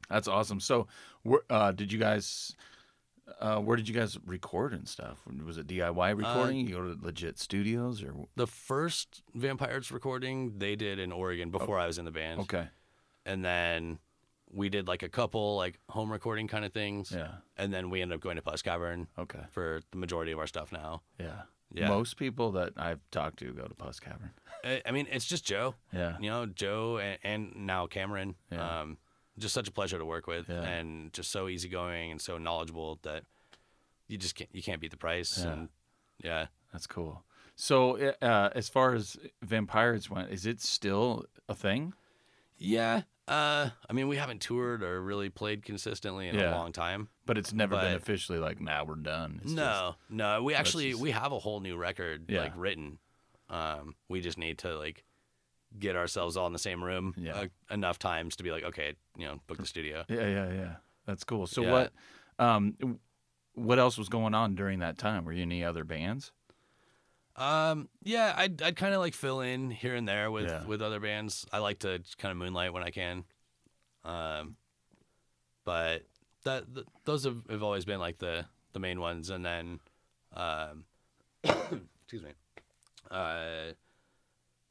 Speaker 2: That's awesome. So, where, uh, did you guys? Uh, where did you guys record and stuff? Was it
Speaker 3: Uh,
Speaker 2: DIY recording? you go to legit studios or
Speaker 3: The first Vampires recording they did in Oregon before I was in the band.
Speaker 2: Oh, okay?
Speaker 3: and then we did like a couple like home recording kind of things.
Speaker 2: Yeah.
Speaker 3: And then we ended up going to Puss Cavern
Speaker 2: Okay.
Speaker 3: for the majority of our stuff now.
Speaker 2: Yeah.
Speaker 3: Yeah.
Speaker 2: Most people that I've talked to go to Puss Cavern.
Speaker 3: I, I mean, it's just Joe,
Speaker 2: Yeah.
Speaker 3: you know, Joe and, and now Cameron.
Speaker 2: Yeah.
Speaker 3: Um, just such a pleasure to work with,
Speaker 2: Yeah.
Speaker 3: and just so easygoing and so knowledgeable that you just can't you can't beat the price.
Speaker 2: Yeah.
Speaker 3: And yeah,
Speaker 2: That's cool. So, uh, as far as vampires went, is it still a thing?
Speaker 3: yeah. Uh, I mean, we haven't toured or really played consistently in a
Speaker 2: Yeah.
Speaker 3: long time.
Speaker 2: But it's never been
Speaker 3: But-
Speaker 2: officially like, nah, we're done. It's
Speaker 3: no, no. We actually
Speaker 2: just-
Speaker 3: we have a whole new record
Speaker 2: Yeah.
Speaker 3: like written. Um, we just need to like get ourselves all in the same room
Speaker 2: Yeah.
Speaker 3: uh, enough times to be like, okay, you know, book the studio.
Speaker 2: Just, yeah, yeah, yeah. That's cool. So
Speaker 3: Yeah.
Speaker 2: what, um, what else was going on during that time? Were you in any other bands?
Speaker 3: Um, yeah, I'd I'd kind of like fill in here and there with
Speaker 2: Yeah.
Speaker 3: with other bands. I like to kind of moonlight when I can. Um, but that th- those have, have always been like the the main ones, and then, um, excuse me, uh,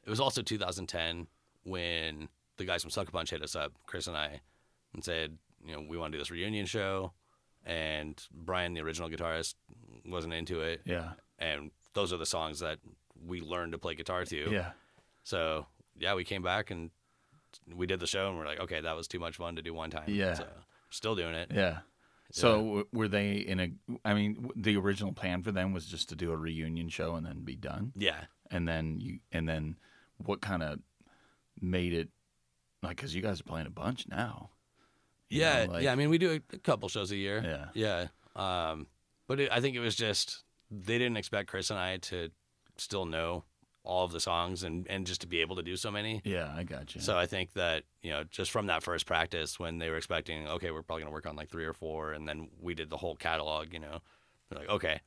Speaker 3: it was also 2010 when the guys from Sucker Punch hit us up, Chris and I, and said, you know, we want to do this reunion show, and Brian, the original guitarist, wasn't into it
Speaker 2: Yeah,
Speaker 3: and those are the songs that we learned to play guitar to.
Speaker 2: yeah,
Speaker 3: So yeah, we came back and we did the show, and we're like, okay, that was too much fun to do one time.
Speaker 2: Yeah.
Speaker 3: so, still doing it.
Speaker 2: yeah. So w- were they in a? I mean, w- the original plan for them was just to do a reunion show and then be done.
Speaker 3: Yeah,
Speaker 2: And then you, and then what kind of made it like? Because you guys are playing a bunch now. You know,
Speaker 3: yeah,
Speaker 2: like-
Speaker 3: yeah. I mean, we do a, a couple shows a year.
Speaker 2: Yeah.
Speaker 3: yeah. Um, but it, I think it was just they didn't expect Chris and I to still know all of the songs and and just to be able to do so many.
Speaker 2: Yeah, I got you.
Speaker 3: So I think that you know, just from that first practice, when they were expecting, okay, we're probably gonna work on like three or four, and then we did the whole catalog. You know, they're like, okay,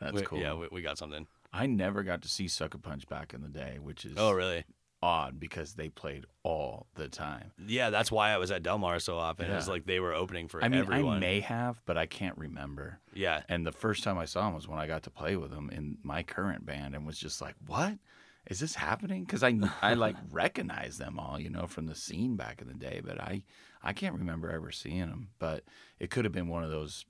Speaker 2: that's
Speaker 3: we-
Speaker 2: cool.
Speaker 3: Yeah, we, we got something.
Speaker 2: I never got to see Sucker Punch back in the day, which is
Speaker 3: Oh, really?
Speaker 2: odd because they played all the time.
Speaker 3: Yeah, that's why I was at Del Mar so often. It was
Speaker 2: Yeah.
Speaker 3: like they were opening for
Speaker 2: I mean,
Speaker 3: everyone.
Speaker 2: I may have, but I can't remember.
Speaker 3: yeah,
Speaker 2: And the first time I saw him was when I got to play with him in my current band and was just like, what? Is this happening? Because I, I like recognize them all, you know, from the scene back in the day, but I, I can't remember ever seeing them. But it could have been one of those,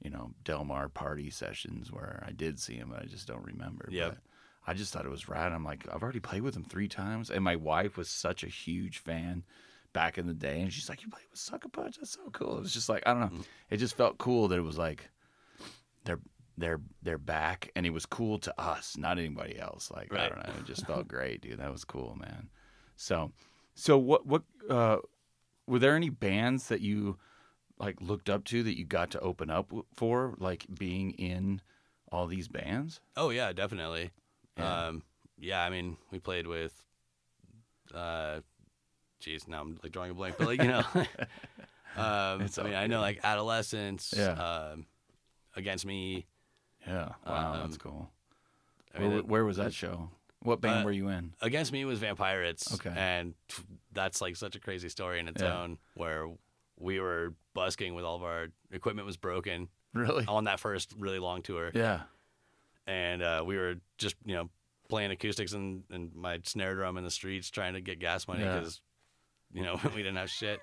Speaker 2: you know, Del Mar party sessions where I did see him, but I just don't remember.
Speaker 3: Yep.
Speaker 2: But I just thought it was rad. I'm like, I've already played with him three times. And my wife was such a huge fan back in the day. And she's like, You played with Sucker Punch? That's so cool. It was just like, I don't know. It just felt cool that it was like, they're they're they're back and it was cool to us not anybody else like i
Speaker 3: Right.
Speaker 2: don't know it just felt great dude that was cool man so so what what uh were there any bands that you like looked up to that you got to open up w- for like being in all these bands
Speaker 3: Oh yeah, definitely.
Speaker 2: Yeah.
Speaker 3: Um, yeah, I mean, we played with. Uh, jeez, now I'm like drawing a blank, but like you know, um,
Speaker 2: It's
Speaker 3: I mean,
Speaker 2: all
Speaker 3: I know like adolescence.
Speaker 2: Yeah.
Speaker 3: Um, Against me.
Speaker 2: yeah wow
Speaker 3: Um,
Speaker 2: that's cool
Speaker 3: I mean,
Speaker 2: where,
Speaker 3: it-
Speaker 2: where was that show what band
Speaker 3: Uh,
Speaker 2: were you in
Speaker 3: Against Me was Vampirates.
Speaker 2: Okay.
Speaker 3: And pff, that's like such a crazy story in its
Speaker 2: Yeah.
Speaker 3: own where we were busking with all of our equipment was broken
Speaker 2: really
Speaker 3: on that first really long tour.
Speaker 2: yeah
Speaker 3: And uh, we were just, you know, playing acoustics and, and my snare drum in the streets trying to get gas money
Speaker 2: Yeah.
Speaker 3: because, you know, we didn't have shit.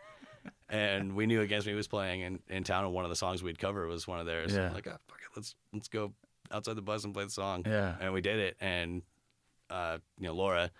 Speaker 3: And we knew Against Me was playing in, in town, and one of the songs we'd cover was one of theirs.
Speaker 2: Yeah.
Speaker 3: Like, ah, fuck it, let's, let's go outside the bus and play the song
Speaker 2: yeah
Speaker 3: and we did it and uh, you know laura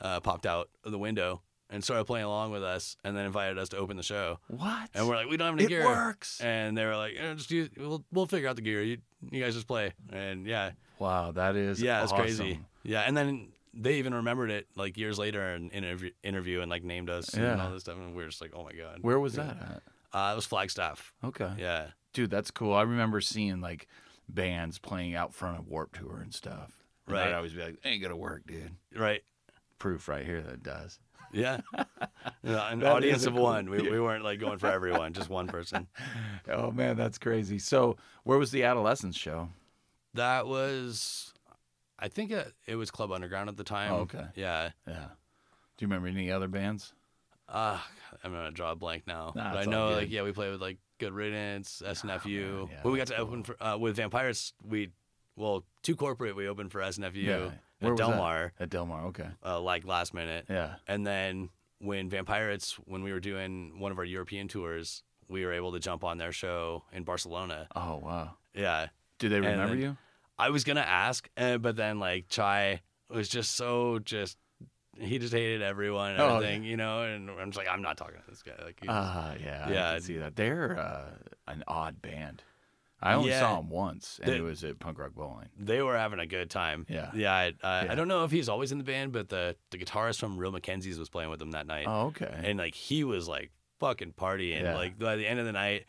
Speaker 3: uh, popped out of the window and started playing along with us and then invited us to open the show
Speaker 2: what
Speaker 3: and we're like we don't have any
Speaker 2: it
Speaker 3: gear
Speaker 2: works
Speaker 3: and they were like eh, just use, we'll, we'll figure out the gear you, you guys just play and yeah
Speaker 2: wow that is
Speaker 3: yeah it's
Speaker 2: awesome.
Speaker 3: crazy yeah and then they even remembered it like years later in an interview, interview and like named us and
Speaker 2: Yeah.
Speaker 3: all this stuff and we were just like oh my god
Speaker 2: where was that at
Speaker 3: uh, it was flagstaff
Speaker 2: okay
Speaker 3: yeah
Speaker 2: Dude, that's cool. I remember seeing like bands playing out front of Warp Tour and stuff. And
Speaker 3: Right.
Speaker 2: I'd always be like, ain't gonna work, dude.
Speaker 3: right
Speaker 2: proof right here that it does.
Speaker 3: Yeah. Yeah, an
Speaker 2: That
Speaker 3: audience
Speaker 2: is a
Speaker 3: of
Speaker 2: cool-
Speaker 3: one. We, we weren't like going for everyone, just one person.
Speaker 2: Oh man, that's crazy. So where was the adolescence show?
Speaker 3: That was, I think it, it was Club Underground at the time.
Speaker 2: Oh, okay.
Speaker 3: Yeah.
Speaker 2: Yeah. Do you remember any other bands?
Speaker 3: Uh, I'm gonna draw a blank now.
Speaker 2: Nah,
Speaker 3: but I
Speaker 2: it's all
Speaker 3: know,
Speaker 2: good.
Speaker 3: like, yeah, we played with like Good Riddance, SNFU.
Speaker 2: yeah,
Speaker 3: when we got to
Speaker 2: that's
Speaker 3: open for uh, with Vampires, we well, two corporate, we opened for SNFU
Speaker 2: Where
Speaker 3: at
Speaker 2: was that?
Speaker 3: Delmar,
Speaker 2: At Delmar, okay.
Speaker 3: uh, like last minute.
Speaker 2: Yeah.
Speaker 3: And then when Vampirates, when we were doing one of our European tours, we were able to jump on their show in Barcelona.
Speaker 2: Oh wow.
Speaker 3: Yeah.
Speaker 2: Do they remember
Speaker 3: then-
Speaker 2: you?
Speaker 3: I was gonna ask, uh, but then like Chai was just so just he just hated everyone and
Speaker 2: Oh,
Speaker 3: everything, you know. And I'm just like, I'm not talking to this guy. Like, he-
Speaker 2: Ah, yeah.
Speaker 3: Yeah.
Speaker 2: I can see that. They're uh, an odd band. I only
Speaker 3: Yeah.
Speaker 2: saw them once, and
Speaker 3: They-
Speaker 2: it was at Punk Rock Bowling.
Speaker 3: they were having a good time.
Speaker 2: Yeah.
Speaker 3: yeah. I, I,
Speaker 2: Yeah.
Speaker 3: I don't know if he's always in the band, but the the guitarist from Real Mackenzie's was playing with them that night,
Speaker 2: Oh, okay.
Speaker 3: and like he was like fucking partying.
Speaker 2: Yeah.
Speaker 3: Like by the end of the night.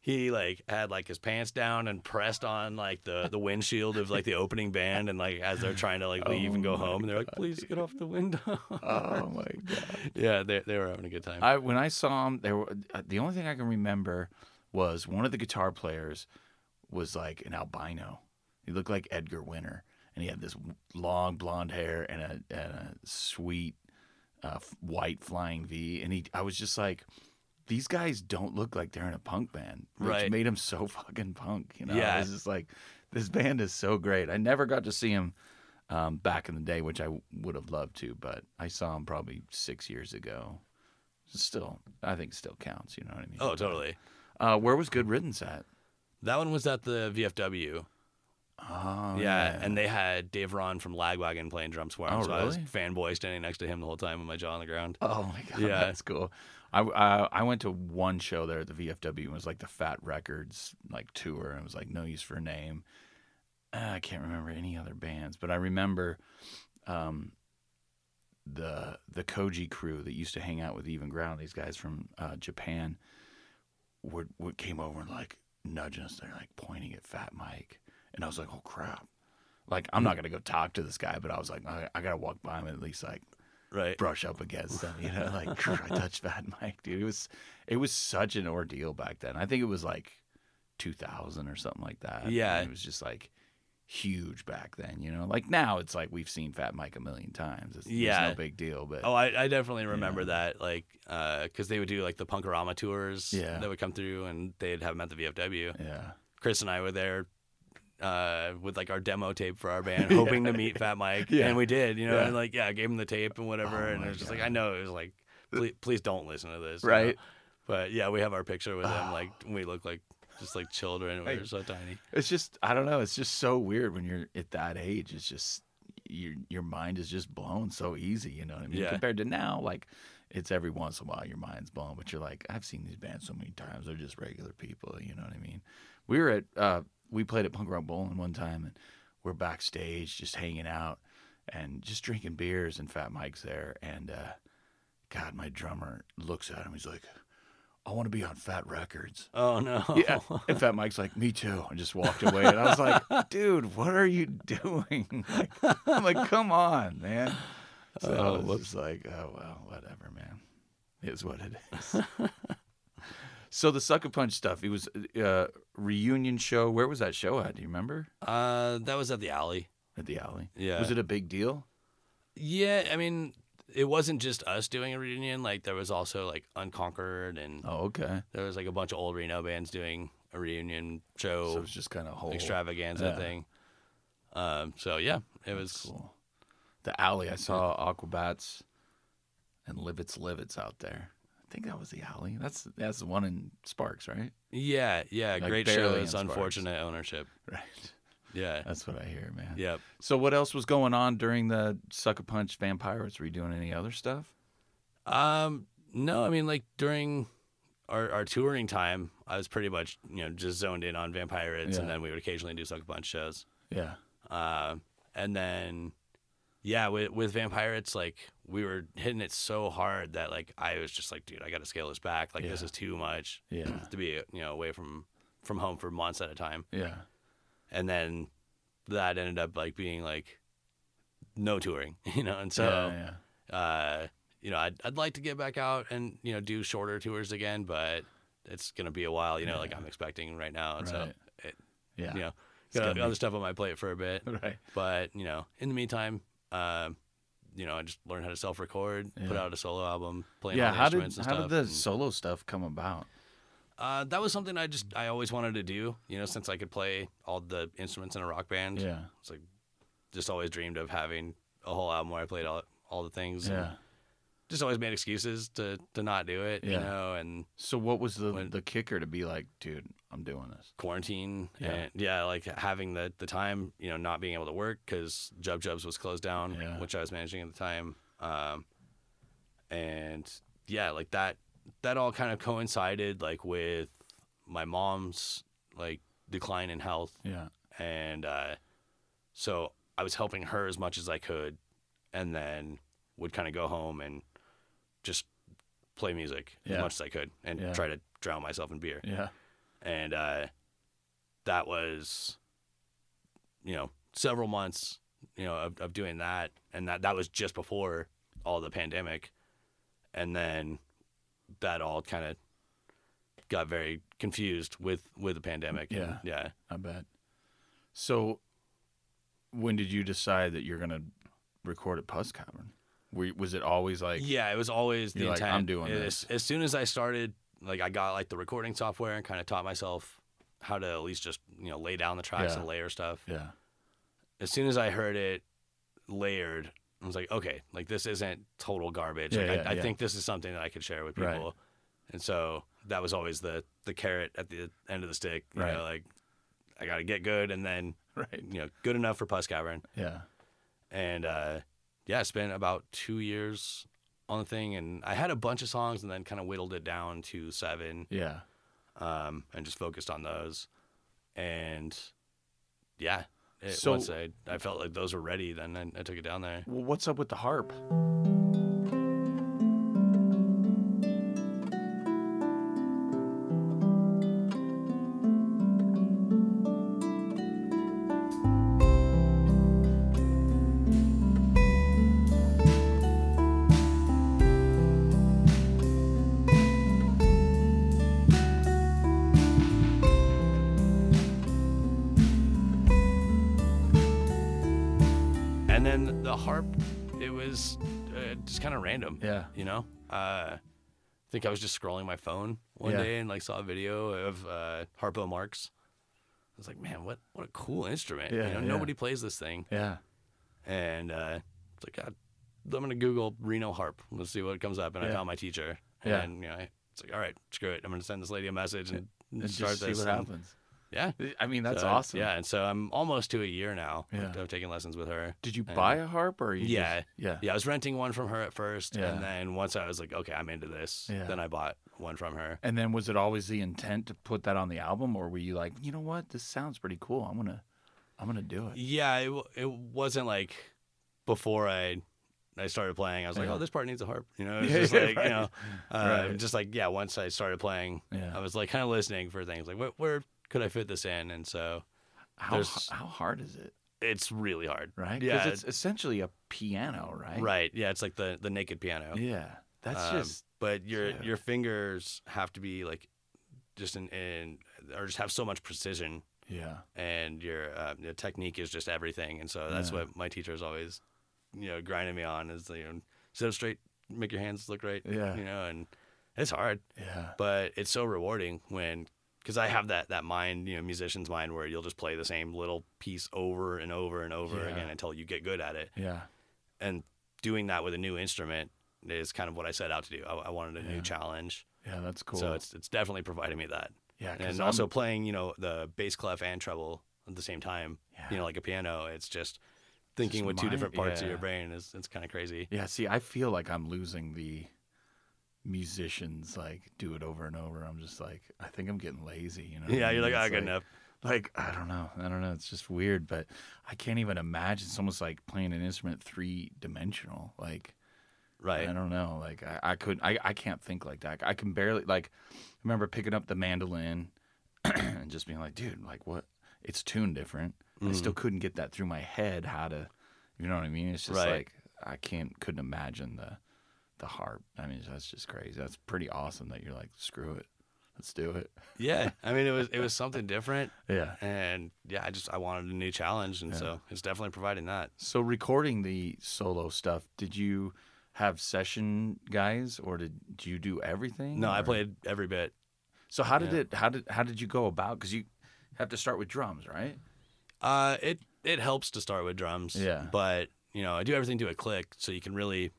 Speaker 3: He like had like his pants down and pressed on like the, the windshield of like the opening band and like as they're trying to like leave and
Speaker 2: Oh
Speaker 3: go
Speaker 2: my
Speaker 3: home and they're like please get off the window.
Speaker 2: oh my god.
Speaker 3: yeah, they they were having a good time.
Speaker 2: I when I saw them, there were uh, the only thing I can remember was one of the guitar players was like an albino. He looked like Edgar Winter, and he had this w- long blonde hair and a and a sweet uh, f- white flying V. And he, I was just like, these guys don't look like they're in a punk band, which
Speaker 3: Right.
Speaker 2: made him so fucking punk. You know,
Speaker 3: Yeah.
Speaker 2: I was just like, this band is so great. I never got to see him. Um, back in the day, which I w- would have loved to, but I saw him probably six years ago still I think still counts, you know what I mean?
Speaker 3: oh, totally.
Speaker 2: Uh, where was Good Riddance at?
Speaker 3: That one was at the VFW.
Speaker 2: Oh
Speaker 3: yeah, and they had Dave Ron from Lagwagon playing drums for him.
Speaker 2: Oh,
Speaker 3: so I was
Speaker 2: really?
Speaker 3: fanboy standing next to him the whole time with my jaw on the ground.
Speaker 2: Oh my god,
Speaker 3: Yeah.
Speaker 2: that's cool. I, uh, I I went to one show there at the VFW and it was like the Fat Records like tour and it was like no use for a name. Uh, I can't remember any other bands, but I remember um, the the Koji crew that used to hang out with Even Ground. These guys from uh, Japan were, were came over and like nudging us. They're like pointing at Fat Mike, and I was like, oh crap. Like I'm not gonna go talk to this guy, but I was like, I, I gotta walk by him and at least like
Speaker 3: Right.
Speaker 2: brush up against them. You know, like I touched Fat Mike, dude. It was it was such an ordeal back then. I think it was like 2000 or something like that.
Speaker 3: Yeah.
Speaker 2: and it was just like huge back then. You know, like now it's like we've seen Fat Mike a million times. It's, yeah,
Speaker 3: Yeah.
Speaker 2: no big deal. But
Speaker 3: Oh, I, I definitely remember
Speaker 2: Yeah.
Speaker 3: that, like, because they would do like the Punkorama tours
Speaker 2: Yeah.
Speaker 3: that would come through, and they'd have them at the VFW.
Speaker 2: yeah,
Speaker 3: Chris and I were there uh, with like our demo tape for our band, hoping to meet Fat Mike,
Speaker 2: Yeah.
Speaker 3: and we did, you know,
Speaker 2: Yeah.
Speaker 3: and like yeah, I gave him the tape and whatever,
Speaker 2: Oh
Speaker 3: and
Speaker 2: my
Speaker 3: it was just
Speaker 2: God.
Speaker 3: like I know it was like please, please don't listen to this, you know?
Speaker 2: right.
Speaker 3: But yeah, we have our picture with him, like we look like just like children, we
Speaker 2: Hey.
Speaker 3: we're so tiny.
Speaker 2: It's just I don't know. It's just so weird when you're at that age. It's just your your mind is just blown so easy. You know what I mean?
Speaker 3: Yeah.
Speaker 2: Compared to now, like it's every once in a while your mind's blown, but you're like, I've seen these bands so many times. They're just regular people. You know what I mean? We were at uh, we played at Punk Rock Bowling one time, and we're backstage just hanging out and just drinking beers, and Fat Mike's there, and uh, God, my drummer looks at him. He's like, I want to be on Fat Records.
Speaker 3: Oh no.
Speaker 2: Yeah. In fact, Mike's like, me too. And just walked away. And I was like, dude, what are you doing? Like, I'm like, come on, man. So
Speaker 3: Oh,
Speaker 2: it's
Speaker 3: whoops.
Speaker 2: just like, oh, well, whatever, man. Is what it is. so the Sucker Punch stuff, it was a reunion show. Where was that show at? Do you remember?
Speaker 3: Uh, that was at the alley.
Speaker 2: At the alley.
Speaker 3: Yeah.
Speaker 2: Was it a big deal?
Speaker 3: Yeah, I mean, it wasn't just us doing a reunion. Like there was also like Unconquered, and
Speaker 2: Oh, okay.
Speaker 3: there was like a bunch of old Reno bands doing a reunion show.
Speaker 2: So it was just kind of whole.
Speaker 3: extravaganza
Speaker 2: yeah.
Speaker 3: thing. Um, so yeah, it was
Speaker 2: Cool. The alley. I saw Aquabats and Livets Livets out there. I think that was the alley. That's that's the one in Sparks, right?
Speaker 3: yeah, yeah,
Speaker 2: Like
Speaker 3: great
Speaker 2: barely
Speaker 3: show.
Speaker 2: in
Speaker 3: It's
Speaker 2: Sparks.
Speaker 3: unfortunate ownership.
Speaker 2: Right.
Speaker 3: Yeah,
Speaker 2: That's what I hear, man.
Speaker 3: yep.
Speaker 2: So what else was going on during the Sucker Punch Vampires? Were you doing any other stuff?
Speaker 3: Um, no, I mean like during our, our touring time, I was pretty much you know just zoned in on Vampirates,
Speaker 2: Yeah.
Speaker 3: and then we would occasionally do Sucker Punch shows.
Speaker 2: Yeah.
Speaker 3: Uh, and then yeah, with with Vampirates, like we were hitting it so hard that like I was just like, dude, I got to scale this back. Like this
Speaker 2: Yeah.
Speaker 3: is too much
Speaker 2: Yeah.
Speaker 3: to be you know away from from home for months at a time.
Speaker 2: Yeah.
Speaker 3: and then that ended up like being like no touring, you know. And so
Speaker 2: yeah, yeah.
Speaker 3: uh, you know, I'd, I'd like to get back out and, you know, do shorter tours again, but it's going to be a while, you know, like I'm expecting right now. And
Speaker 2: Right.
Speaker 3: so, it,
Speaker 2: Yeah.
Speaker 3: you know,
Speaker 2: gonna
Speaker 3: got
Speaker 2: be-
Speaker 3: other stuff on my plate for a bit.
Speaker 2: Right.
Speaker 3: But, you know, in the meantime, um, you know, I just learned how to self record, put
Speaker 2: Yeah.
Speaker 3: out a solo album, playing
Speaker 2: Yeah.
Speaker 3: all the
Speaker 2: How did
Speaker 3: instruments and
Speaker 2: how did
Speaker 3: stuff.
Speaker 2: the
Speaker 3: and-
Speaker 2: solo stuff come about?
Speaker 3: uh, that was something I just I always wanted to do. You know, since I could play all the instruments in a rock band.
Speaker 2: Yeah.
Speaker 3: it's like just always dreamed of having a whole album where I played all all the things. and
Speaker 2: Yeah.
Speaker 3: just always made excuses to to not do it. You
Speaker 2: Yeah.
Speaker 3: know, and
Speaker 2: So what was the
Speaker 3: When-
Speaker 2: the kicker to be like, dude, I'm doing this.
Speaker 3: quarantine
Speaker 2: Yeah.
Speaker 3: and yeah, like having the the time. You know, not being able to work because Jub Jubs was closed down,
Speaker 2: Yeah.
Speaker 3: which I was managing at the time. Um, and yeah, like that that all kind of coincided like with my mom's like decline in health
Speaker 2: Yeah.
Speaker 3: and uh, so I was helping her as much as I could, and then would kind of go home and just play music as
Speaker 2: Yeah.
Speaker 3: much as I could, and
Speaker 2: Yeah.
Speaker 3: try to drown myself in beer.
Speaker 2: Yeah.
Speaker 3: And uh, that was, you know, several months, you know, of, of doing that, and that that was just before all the pandemic, and then that all kind of got very confused with with the pandemic. and
Speaker 2: Yeah.
Speaker 3: yeah.
Speaker 2: I bet. So, when did you decide that you're gonna record at Puss Cavern? Were, was it always like,
Speaker 3: yeah, it was always the
Speaker 2: You're like,
Speaker 3: intent.
Speaker 2: "I'm doing
Speaker 3: as, As soon as I started, like I got like the recording software and kind of taught myself how to at least just you know lay down the tracks
Speaker 2: Yeah.
Speaker 3: and layer stuff.
Speaker 2: yeah,
Speaker 3: As soon as I heard it layered, I was like, okay, like this isn't total garbage.
Speaker 2: Yeah,
Speaker 3: like,
Speaker 2: yeah,
Speaker 3: I, I
Speaker 2: yeah.
Speaker 3: think this is something that I could share with people.
Speaker 2: Right.
Speaker 3: And so that was always the the carrot at the end of the stick. You
Speaker 2: Right.
Speaker 3: know, like I got to get good and then
Speaker 2: right,
Speaker 3: you know good enough for Puss Cavern
Speaker 2: yeah,
Speaker 3: and uh, yeah, I spent about two years on the thing, and I had a bunch of songs, and then kind of whittled it down to seven,
Speaker 2: yeah,
Speaker 3: um, and just focused on those, and yeah, it,
Speaker 2: So-
Speaker 3: once I I felt like those were ready, then I, I took it down there.
Speaker 2: Well, what's up with the harp?
Speaker 3: And then the harp, it was uh, just kind of random.
Speaker 2: Yeah.
Speaker 3: You know, uh, I think I was just scrolling my phone one
Speaker 2: Yeah.
Speaker 3: day and like saw a video of uh, Harpo Marx. I was like, man, what what a cool instrument.
Speaker 2: Yeah,
Speaker 3: you know,
Speaker 2: yeah.
Speaker 3: nobody plays this thing.
Speaker 2: Yeah,
Speaker 3: And uh, it's like, God, I'm gonna Google Reno harp. Let's see what comes up. And I
Speaker 2: Yeah.
Speaker 3: found my teacher.
Speaker 2: Yeah.
Speaker 3: And you know, I, it's like, all right, screw it. I'm gonna send this lady a message and,
Speaker 2: and
Speaker 3: start
Speaker 2: just see
Speaker 3: this.
Speaker 2: what
Speaker 3: and-
Speaker 2: happens.
Speaker 3: Yeah.
Speaker 2: I mean, that's
Speaker 3: So,
Speaker 2: awesome.
Speaker 3: Yeah, and so I'm almost to a year now.
Speaker 2: Yeah.
Speaker 3: I've, I've taken lessons with her.
Speaker 2: Did you
Speaker 3: And-
Speaker 2: buy a harp or you just-
Speaker 3: Yeah.
Speaker 2: yeah,
Speaker 3: Yeah, I was renting one from her at first,
Speaker 2: Yeah.
Speaker 3: and then once I was like, okay, I'm into this,
Speaker 2: Yeah.
Speaker 3: then I bought one from her.
Speaker 2: And then was it always the intent to put that on the album, or were you like, you know what, this sounds pretty cool. I'm gonna, I'm gonna do it.
Speaker 3: Yeah, it, w- it wasn't like before I I started playing, I was like,
Speaker 2: Yeah.
Speaker 3: oh, this part needs a harp, you know? It's
Speaker 2: Yeah,
Speaker 3: just
Speaker 2: yeah,
Speaker 3: like, you know, uh,
Speaker 2: Right.
Speaker 3: just like yeah. Once I started playing,
Speaker 2: Yeah.
Speaker 3: I was like kind of listening for things like where, where could I fit this in, and so
Speaker 2: How
Speaker 3: there's-
Speaker 2: how hard is it,
Speaker 3: it's really hard,
Speaker 2: right? Because
Speaker 3: Yeah,
Speaker 2: it's essentially a piano, right?
Speaker 3: right, yeah. It's like the the naked piano.
Speaker 2: Yeah, that's
Speaker 3: Um,
Speaker 2: just
Speaker 3: but your
Speaker 2: Dude.
Speaker 3: your fingers have to be like just in, in or just have so much precision
Speaker 2: yeah.
Speaker 3: and your, uh, your technique is just everything. And so that's
Speaker 2: Yeah.
Speaker 3: what my teacher's always, you know, grinding me on is you know, sit up straight, make your hands look right.
Speaker 2: Yeah.
Speaker 3: You know, and it's hard,
Speaker 2: Yeah.
Speaker 3: but it's so rewarding when because I have that that mind, you know, musician's mind where you'll just play the same little piece over and over and over
Speaker 2: Yeah.
Speaker 3: again until you get good at it.
Speaker 2: Yeah.
Speaker 3: And doing that with a new instrument is kind of what I set out to do. I, I wanted a
Speaker 2: Yeah.
Speaker 3: new challenge,
Speaker 2: Yeah, that's cool.
Speaker 3: so it's it's definitely providing me that
Speaker 2: yeah, 'cause
Speaker 3: and
Speaker 2: I'm-
Speaker 3: also playing you know the bass clef and treble at the same time
Speaker 2: Yeah.
Speaker 3: you know like a piano it's just thinking
Speaker 2: just
Speaker 3: with two
Speaker 2: mind-
Speaker 3: different parts of
Speaker 2: yeah.
Speaker 3: your brain is it's kind of crazy
Speaker 2: yeah. See, I feel like I'm losing the musicians like do it over and over. I'm just like, I think I'm getting lazy. You know? what I
Speaker 3: yeah you're
Speaker 2: mean?
Speaker 3: like ah
Speaker 2: It's
Speaker 3: good enough
Speaker 2: Like I don't know, I don't know. It's just weird, but I can't even imagine. It's almost like playing an instrument three dimensional. Like I
Speaker 3: right
Speaker 2: don't know. Like I, I couldn't. I, I can't think like that. I can barely like. I remember picking up the mandolin and just being like, dude, like what?
Speaker 3: Mm-hmm.
Speaker 2: It's tuned different. I still couldn't get that through my head. How to, you know what I mean? It's just
Speaker 3: Right.
Speaker 2: like I can't couldn't imagine the the harp. I mean, that's just crazy. That's pretty awesome that you're like, screw it, let's do it.
Speaker 3: Yeah, I mean it was it was something different,
Speaker 2: Yeah.
Speaker 3: and yeah, I just I wanted a new challenge, and so it's definitely providing that.
Speaker 2: So recording the solo stuff, did you have session guys, or did, did you do everything?
Speaker 3: No, I
Speaker 2: or-
Speaker 3: played every bit.
Speaker 2: So how did
Speaker 3: yeah.
Speaker 2: it? How did how did you go about? Because you have to start with drums, right?
Speaker 3: Uh, it it helps to start with drums.
Speaker 2: Yeah.
Speaker 3: But you know, I do everything to a click, so you can really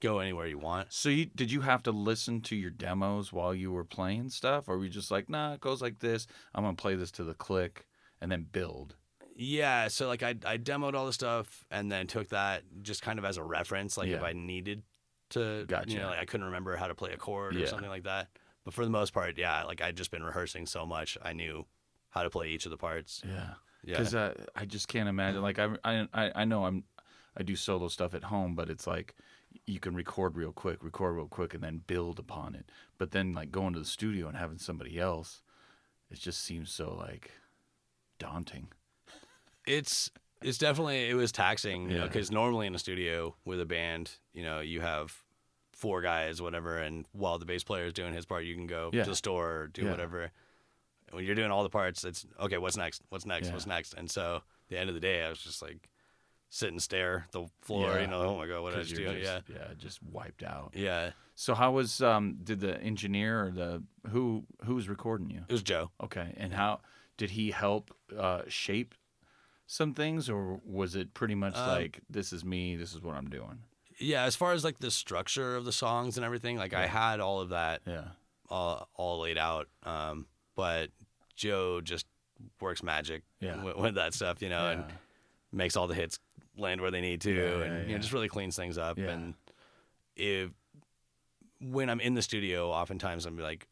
Speaker 3: go anywhere you want.
Speaker 2: So you did you have to listen to your demos while you were playing stuff, or were you just like, nah, it goes like this. I'm gonna play this to the click, and then build.
Speaker 3: Yeah. So like I I demoed all the stuff and then took that just kind of as a reference, like if
Speaker 2: Yeah.
Speaker 3: I needed to, you
Speaker 2: Gotcha.
Speaker 3: know, like I couldn't remember how to play a chord
Speaker 2: Yeah.
Speaker 3: or something like that. But for the most part, yeah, like I'd just been rehearsing so much, I knew how to play each of the parts.
Speaker 2: Yeah.
Speaker 3: Yeah.
Speaker 2: because uh, I just can't imagine. Like I, I, I I know I'm, I do solo stuff at home, but it's like you can record real quick, record real quick, and then build upon it. But then like going to the studio and having somebody else, it just seems so like daunting.
Speaker 3: it's it's definitely it was taxing you know
Speaker 2: Yeah.
Speaker 3: because normally in a studio with a band you know you have four guys whatever and while the bass player is doing his part you can go
Speaker 2: Yeah.
Speaker 3: to the store or do
Speaker 2: Yeah.
Speaker 3: whatever when you're doing all the parts it's okay what's next what's next what's
Speaker 2: Yeah.
Speaker 3: next and so at the end of the day i was just like sit and stare at the floor
Speaker 2: Yeah.
Speaker 3: you know oh my god what did i
Speaker 2: 'Cause
Speaker 3: just do
Speaker 2: you're
Speaker 3: yeah
Speaker 2: just- yeah, just wiped out.
Speaker 3: yeah
Speaker 2: So how was um did the engineer or the who who was recording you?
Speaker 3: it was joe
Speaker 2: Okay, and how did he help uh, shape some things, or was it pretty much
Speaker 3: Um,
Speaker 2: like this is me, this is what I'm doing?
Speaker 3: yeah as far as like the structure of the songs and everything like i had all of that
Speaker 2: Yeah.
Speaker 3: all, all laid out. Um, but Joe just works magic
Speaker 2: Yeah.
Speaker 3: with, with that stuff, you know, and
Speaker 2: Yeah.
Speaker 3: makes all the hits land where they need to,
Speaker 2: Yeah,
Speaker 3: and
Speaker 2: yeah,
Speaker 3: you
Speaker 2: yeah.
Speaker 3: know, just really cleans things up.
Speaker 2: Yeah.
Speaker 3: And if when I'm in the studio, oftentimes I'm like,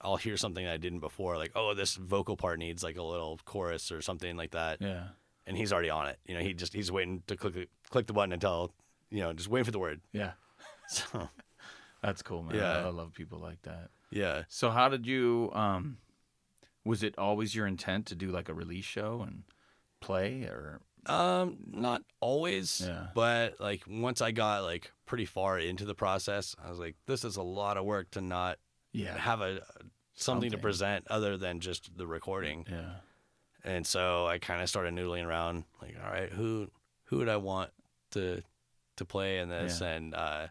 Speaker 3: I'll hear something I didn't before, like, oh, this vocal part needs like a little chorus or something like that,
Speaker 2: Yeah.
Speaker 3: and he's already on it. You know, he just he's waiting to click the- click the button until you know, just waiting for the word.
Speaker 2: Yeah.
Speaker 3: So
Speaker 2: That's cool, man. I-
Speaker 3: Yeah.
Speaker 2: I love people like that.
Speaker 3: yeah.
Speaker 2: So how did you um was it always your intent to do like a release show and play or
Speaker 3: Um, not always,
Speaker 2: Yeah.
Speaker 3: but like once I got like pretty far into the process, I was like, this is a lot of work to not
Speaker 2: yeah.
Speaker 3: have a something, to
Speaker 2: Something.
Speaker 3: present other than just the recording.
Speaker 2: Yeah.
Speaker 3: And so I kind of started noodling around, like, all right, who who would I want to to play in this?
Speaker 2: Yeah.
Speaker 3: And uh,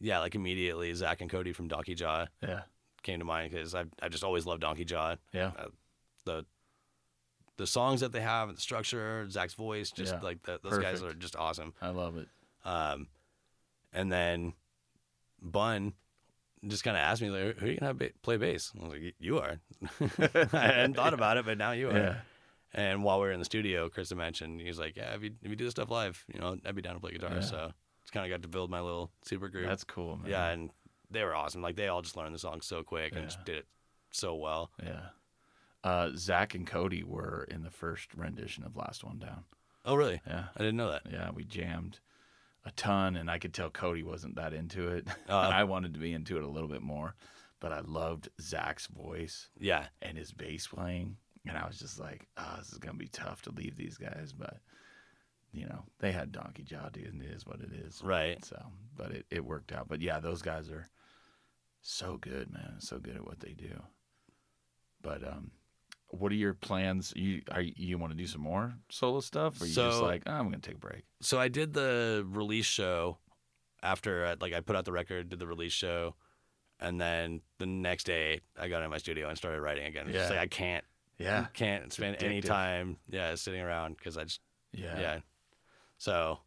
Speaker 3: yeah, like immediately Zach and Cody from Donkey Jaw
Speaker 2: Yeah.
Speaker 3: came to mind because I I just always loved Donkey Jaw,
Speaker 2: Yeah.
Speaker 3: the the songs that they have and the structure, Zach's voice, just
Speaker 2: Yeah.
Speaker 3: like the, those guys are
Speaker 2: Perfect.
Speaker 3: just awesome.
Speaker 2: I love it.
Speaker 3: Um, and then Bun just kind of asked me, like, who are you going to have ba- play bass? And I was like, "Y- you are. I hadn't thought about it, but now you are.
Speaker 2: Yeah.
Speaker 3: And while we were in the studio, Chris had mentioned, he was like, yeah, if you, if you do this stuff live, you know, I'd be down to play guitar.
Speaker 2: Yeah.
Speaker 3: So just kind of got to build my little super group.
Speaker 2: That's cool, man.
Speaker 3: yeah. And they were awesome. Like, they all just learned the song so quick and
Speaker 2: Yeah.
Speaker 3: just did it so well.
Speaker 2: Yeah. Uh Zach and Cody were in the first rendition of Last One Down.
Speaker 3: Oh, really?
Speaker 2: Yeah.
Speaker 3: I didn't know that.
Speaker 2: Yeah, we jammed a ton, and I could tell Cody wasn't that into it.
Speaker 3: Oh.
Speaker 2: and I wanted to be into it a little bit more, but I loved Zach's voice.
Speaker 3: Yeah.
Speaker 2: and his bass playing. And I was just like, oh, this is going to be tough to leave these guys. But, you know, they had Donkey Jaw, dude, and it is what it is.
Speaker 3: Right.
Speaker 2: So, but it, it worked out. But yeah, those guys are so good, man. So good at what they do. But, um, what are your plans? You are you, you want to do some more solo stuff, or you just
Speaker 3: So-
Speaker 2: like "Oh, I'm gonna take a break?
Speaker 3: so I did the release show after I, like I put out the record, did the release show, and then the next day I got in my studio and started writing again. It's just
Speaker 2: Yeah.
Speaker 3: like I can't,
Speaker 2: Yeah,
Speaker 3: can't spend any
Speaker 2: addictive.
Speaker 3: time, yeah, sitting around because I just,
Speaker 2: yeah,
Speaker 3: yeah. So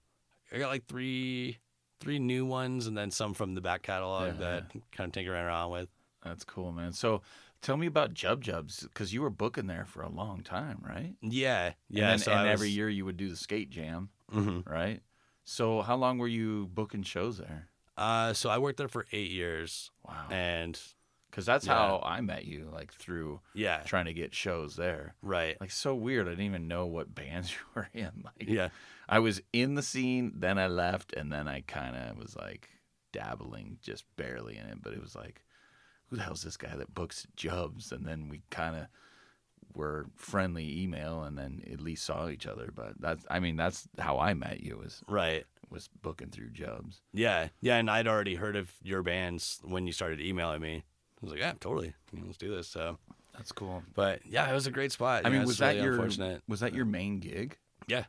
Speaker 3: I got like three, three new ones, and then some from the back catalog
Speaker 2: Yeah.
Speaker 3: that I'm kind of tinkering around with.
Speaker 2: That's cool, man. So, tell me about Jub Jubs because you were booking there for a long time, right?
Speaker 3: Yeah, yeah.
Speaker 2: and, then-
Speaker 3: so
Speaker 2: and
Speaker 3: I
Speaker 2: every
Speaker 3: was-
Speaker 2: year you would do the skate jam.
Speaker 3: Mhm.
Speaker 2: right? So how long were you booking shows there?
Speaker 3: Uh, so I worked there for eight years,
Speaker 2: Wow,
Speaker 3: and
Speaker 2: because that's
Speaker 3: yeah.
Speaker 2: how I met you, like through
Speaker 3: yeah,
Speaker 2: trying to get shows there.
Speaker 3: right,
Speaker 2: Like so weird. I didn't even know what bands you were in. Like
Speaker 3: yeah,
Speaker 2: I was in the scene, then I left, and then I kind of was like dabbling, just barely in it. But it was like, who the hell's this guy that books Jubs? And then we kind of were friendly email, and then at least saw each other. But that's, I mean, that's how I met you. Is
Speaker 3: right.
Speaker 2: was booking through jobs.
Speaker 3: Yeah, yeah, and I'd already heard of your bands when you started emailing me. I was like, yeah, totally, You know, let's do this. So,
Speaker 2: That's cool.
Speaker 3: but yeah, it was a great spot.
Speaker 2: I
Speaker 3: Yeah,
Speaker 2: mean,
Speaker 3: it's
Speaker 2: was
Speaker 3: really
Speaker 2: that your
Speaker 3: unfortunate?
Speaker 2: was that your main gig
Speaker 3: Yeah,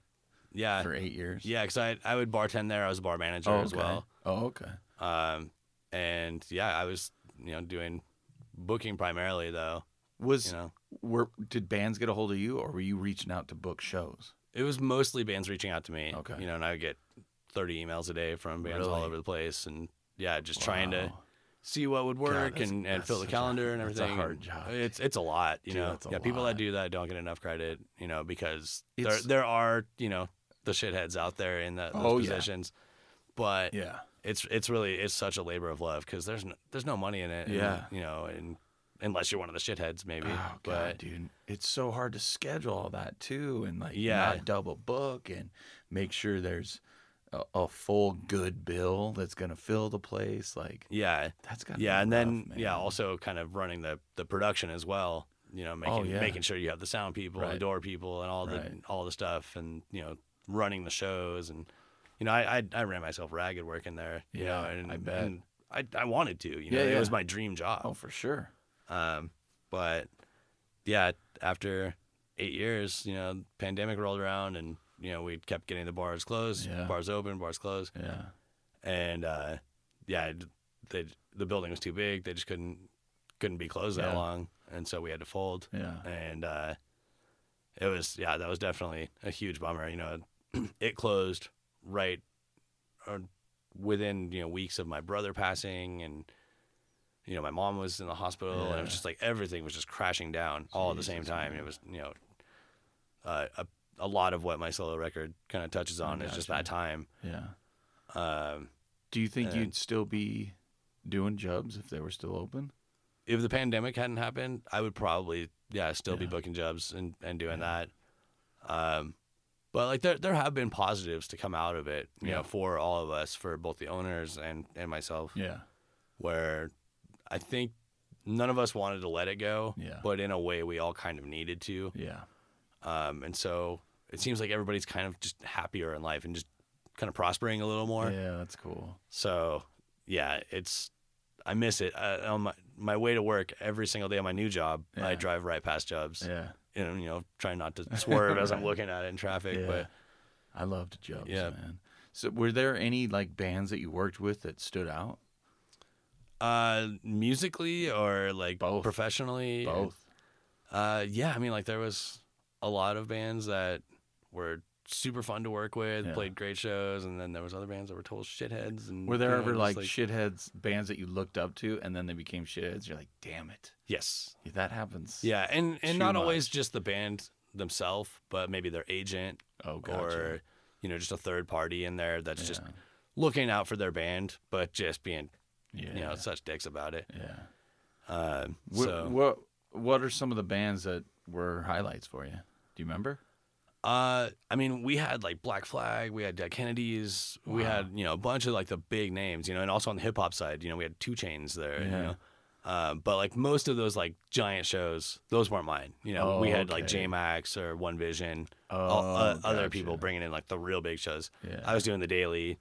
Speaker 3: yeah,
Speaker 2: for eight years?
Speaker 3: yeah. Because I I would bartend there. I was a bar manager
Speaker 2: Oh,
Speaker 3: as
Speaker 2: okay.
Speaker 3: well.
Speaker 2: Oh, okay.
Speaker 3: Um, and yeah, I was you know doing booking primarily though.
Speaker 2: Was
Speaker 3: You know,
Speaker 2: were did bands get a hold of you, or were you reaching out to book shows?
Speaker 3: it was mostly bands reaching out to me.
Speaker 2: Okay.
Speaker 3: you know, and I would get thirty emails a day from bands all
Speaker 2: Really?
Speaker 3: over the place, and yeah, just trying to
Speaker 2: Wow.
Speaker 3: see what would work
Speaker 2: that's-
Speaker 3: and, and
Speaker 2: that's
Speaker 3: fill the
Speaker 2: such a-
Speaker 3: calendar and
Speaker 2: that's a
Speaker 3: everything.
Speaker 2: hard
Speaker 3: and
Speaker 2: job.
Speaker 3: It's it's a lot, you
Speaker 2: Dude,
Speaker 3: know.
Speaker 2: that's a
Speaker 3: Yeah, people
Speaker 2: lot.
Speaker 3: that do that don't get enough credit, you know, because there
Speaker 2: It's-
Speaker 3: there are you know the shitheads out there in that those
Speaker 2: Oh, yeah.
Speaker 3: positions, but
Speaker 2: Yeah.
Speaker 3: it's it's really it's such a labor of love because there's no, there's no money in it. and,
Speaker 2: Yeah.
Speaker 3: you know, and unless you're one of the shitheads, maybe.
Speaker 2: Oh god,
Speaker 3: but
Speaker 2: dude, it's so hard to schedule all that too, and like
Speaker 3: Yeah.
Speaker 2: not double book and make sure there's a, a full good bill that's gonna fill the place. Like
Speaker 3: yeah,
Speaker 2: that's got
Speaker 3: yeah,
Speaker 2: be
Speaker 3: and then
Speaker 2: rough,
Speaker 3: yeah,
Speaker 2: man.
Speaker 3: also kind of running the the production as well. You know, making
Speaker 2: Oh, yeah.
Speaker 3: making sure you have the sound people, the
Speaker 2: Right.
Speaker 3: door people, and all the
Speaker 2: Right.
Speaker 3: all the stuff, and you know, running the shows, and you know, I I, I ran myself ragged working there. You
Speaker 2: Yeah,
Speaker 3: know, and,
Speaker 2: I bet.
Speaker 3: and I I wanted to. You know,
Speaker 2: Yeah,
Speaker 3: it
Speaker 2: yeah.
Speaker 3: was my dream job.
Speaker 2: oh for sure.
Speaker 3: Um, but yeah, after eight years, you know, pandemic rolled around and, you know, we kept getting the bars closed,
Speaker 2: Yeah.
Speaker 3: bars open, bars closed.
Speaker 2: Yeah,
Speaker 3: And, uh, yeah, they, the building was too big. They just couldn't, couldn't be closed that
Speaker 2: Yeah.
Speaker 3: long. And so we had to fold.
Speaker 2: yeah,
Speaker 3: And, uh, it was, yeah, that was definitely a huge bummer. You know, it closed right or within, you know, weeks of my brother passing and, you know, my mom was in the hospital, and it was
Speaker 2: Yeah.
Speaker 3: just like everything was just crashing down all at the same
Speaker 2: Jesus,
Speaker 3: time.
Speaker 2: man.
Speaker 3: It was, you know, uh, a, a lot of what my solo record kind of touches on is just
Speaker 2: gotcha.
Speaker 3: that time.
Speaker 2: yeah.
Speaker 3: Um,
Speaker 2: Do you think
Speaker 3: And-
Speaker 2: you'd still be doing jobs if they were still open?
Speaker 3: if the pandemic hadn't happened, I would probably, yeah, still be
Speaker 2: Yeah.
Speaker 3: booking jobs and, and doing that. Um, but like there, there have been positives to come out of it, you
Speaker 2: Yeah.
Speaker 3: know, for all of us, for both the owners and, and myself.
Speaker 2: Yeah,
Speaker 3: where I think none of us wanted to let it go,
Speaker 2: Yeah.
Speaker 3: but in a way we all kind of needed to.
Speaker 2: yeah,
Speaker 3: Um, and so it seems like everybody's kind of just happier in life and just kind of prospering a little more.
Speaker 2: yeah. That's cool.
Speaker 3: So yeah, it's I miss it. I, on my my way to work every single day on my new job, I
Speaker 2: Yeah.
Speaker 3: drive right past jobs
Speaker 2: Yeah,
Speaker 3: and you know trying not to swerve as I'm looking at it in traffic.
Speaker 2: yeah.
Speaker 3: But
Speaker 2: I loved jobs,
Speaker 3: Yeah.
Speaker 2: man. So were there any like bands that you worked with that stood out?
Speaker 3: uh, musically or like
Speaker 2: Both.
Speaker 3: professionally,
Speaker 2: Both.
Speaker 3: Uh, yeah, I mean, like there was a lot of bands that were super fun to work with,
Speaker 2: Yeah.
Speaker 3: played great shows, and then there was other bands that were total shitheads. And
Speaker 2: Were there
Speaker 3: you know,
Speaker 2: ever
Speaker 3: just,
Speaker 2: like, shitheads bands that you looked up to and then they became shitheads? You're like, damn it,
Speaker 3: yes,
Speaker 2: Yeah, that happens.
Speaker 3: yeah, and and
Speaker 2: Too
Speaker 3: not always
Speaker 2: much.
Speaker 3: just the band themselves, but maybe their agent
Speaker 2: Oh, gotcha.
Speaker 3: or you know just a third party in there that's just
Speaker 2: Yeah.
Speaker 3: looking out for their band, but just being
Speaker 2: yeah.
Speaker 3: you know such dicks about it.
Speaker 2: yeah.
Speaker 3: Um,
Speaker 2: What,
Speaker 3: so
Speaker 2: what What are some of the bands that were highlights for you? Do you remember?
Speaker 3: Uh, I mean, we had like Black Flag, we had Dead Kennedys, we
Speaker 2: Wow.
Speaker 3: had you know a bunch of like the big names, you know, and also on the hip hop side, you know, we had Two Chains there, you
Speaker 2: Yeah.
Speaker 3: know. Uh, but like most of those like giant shows, those weren't mine. You know,
Speaker 2: Oh,
Speaker 3: we had like
Speaker 2: okay.
Speaker 3: J Max or One Vision,
Speaker 2: Oh,
Speaker 3: all- uh, other
Speaker 2: gotcha.
Speaker 3: people bringing in like the real big shows.
Speaker 2: Yeah.
Speaker 3: I was doing the daily,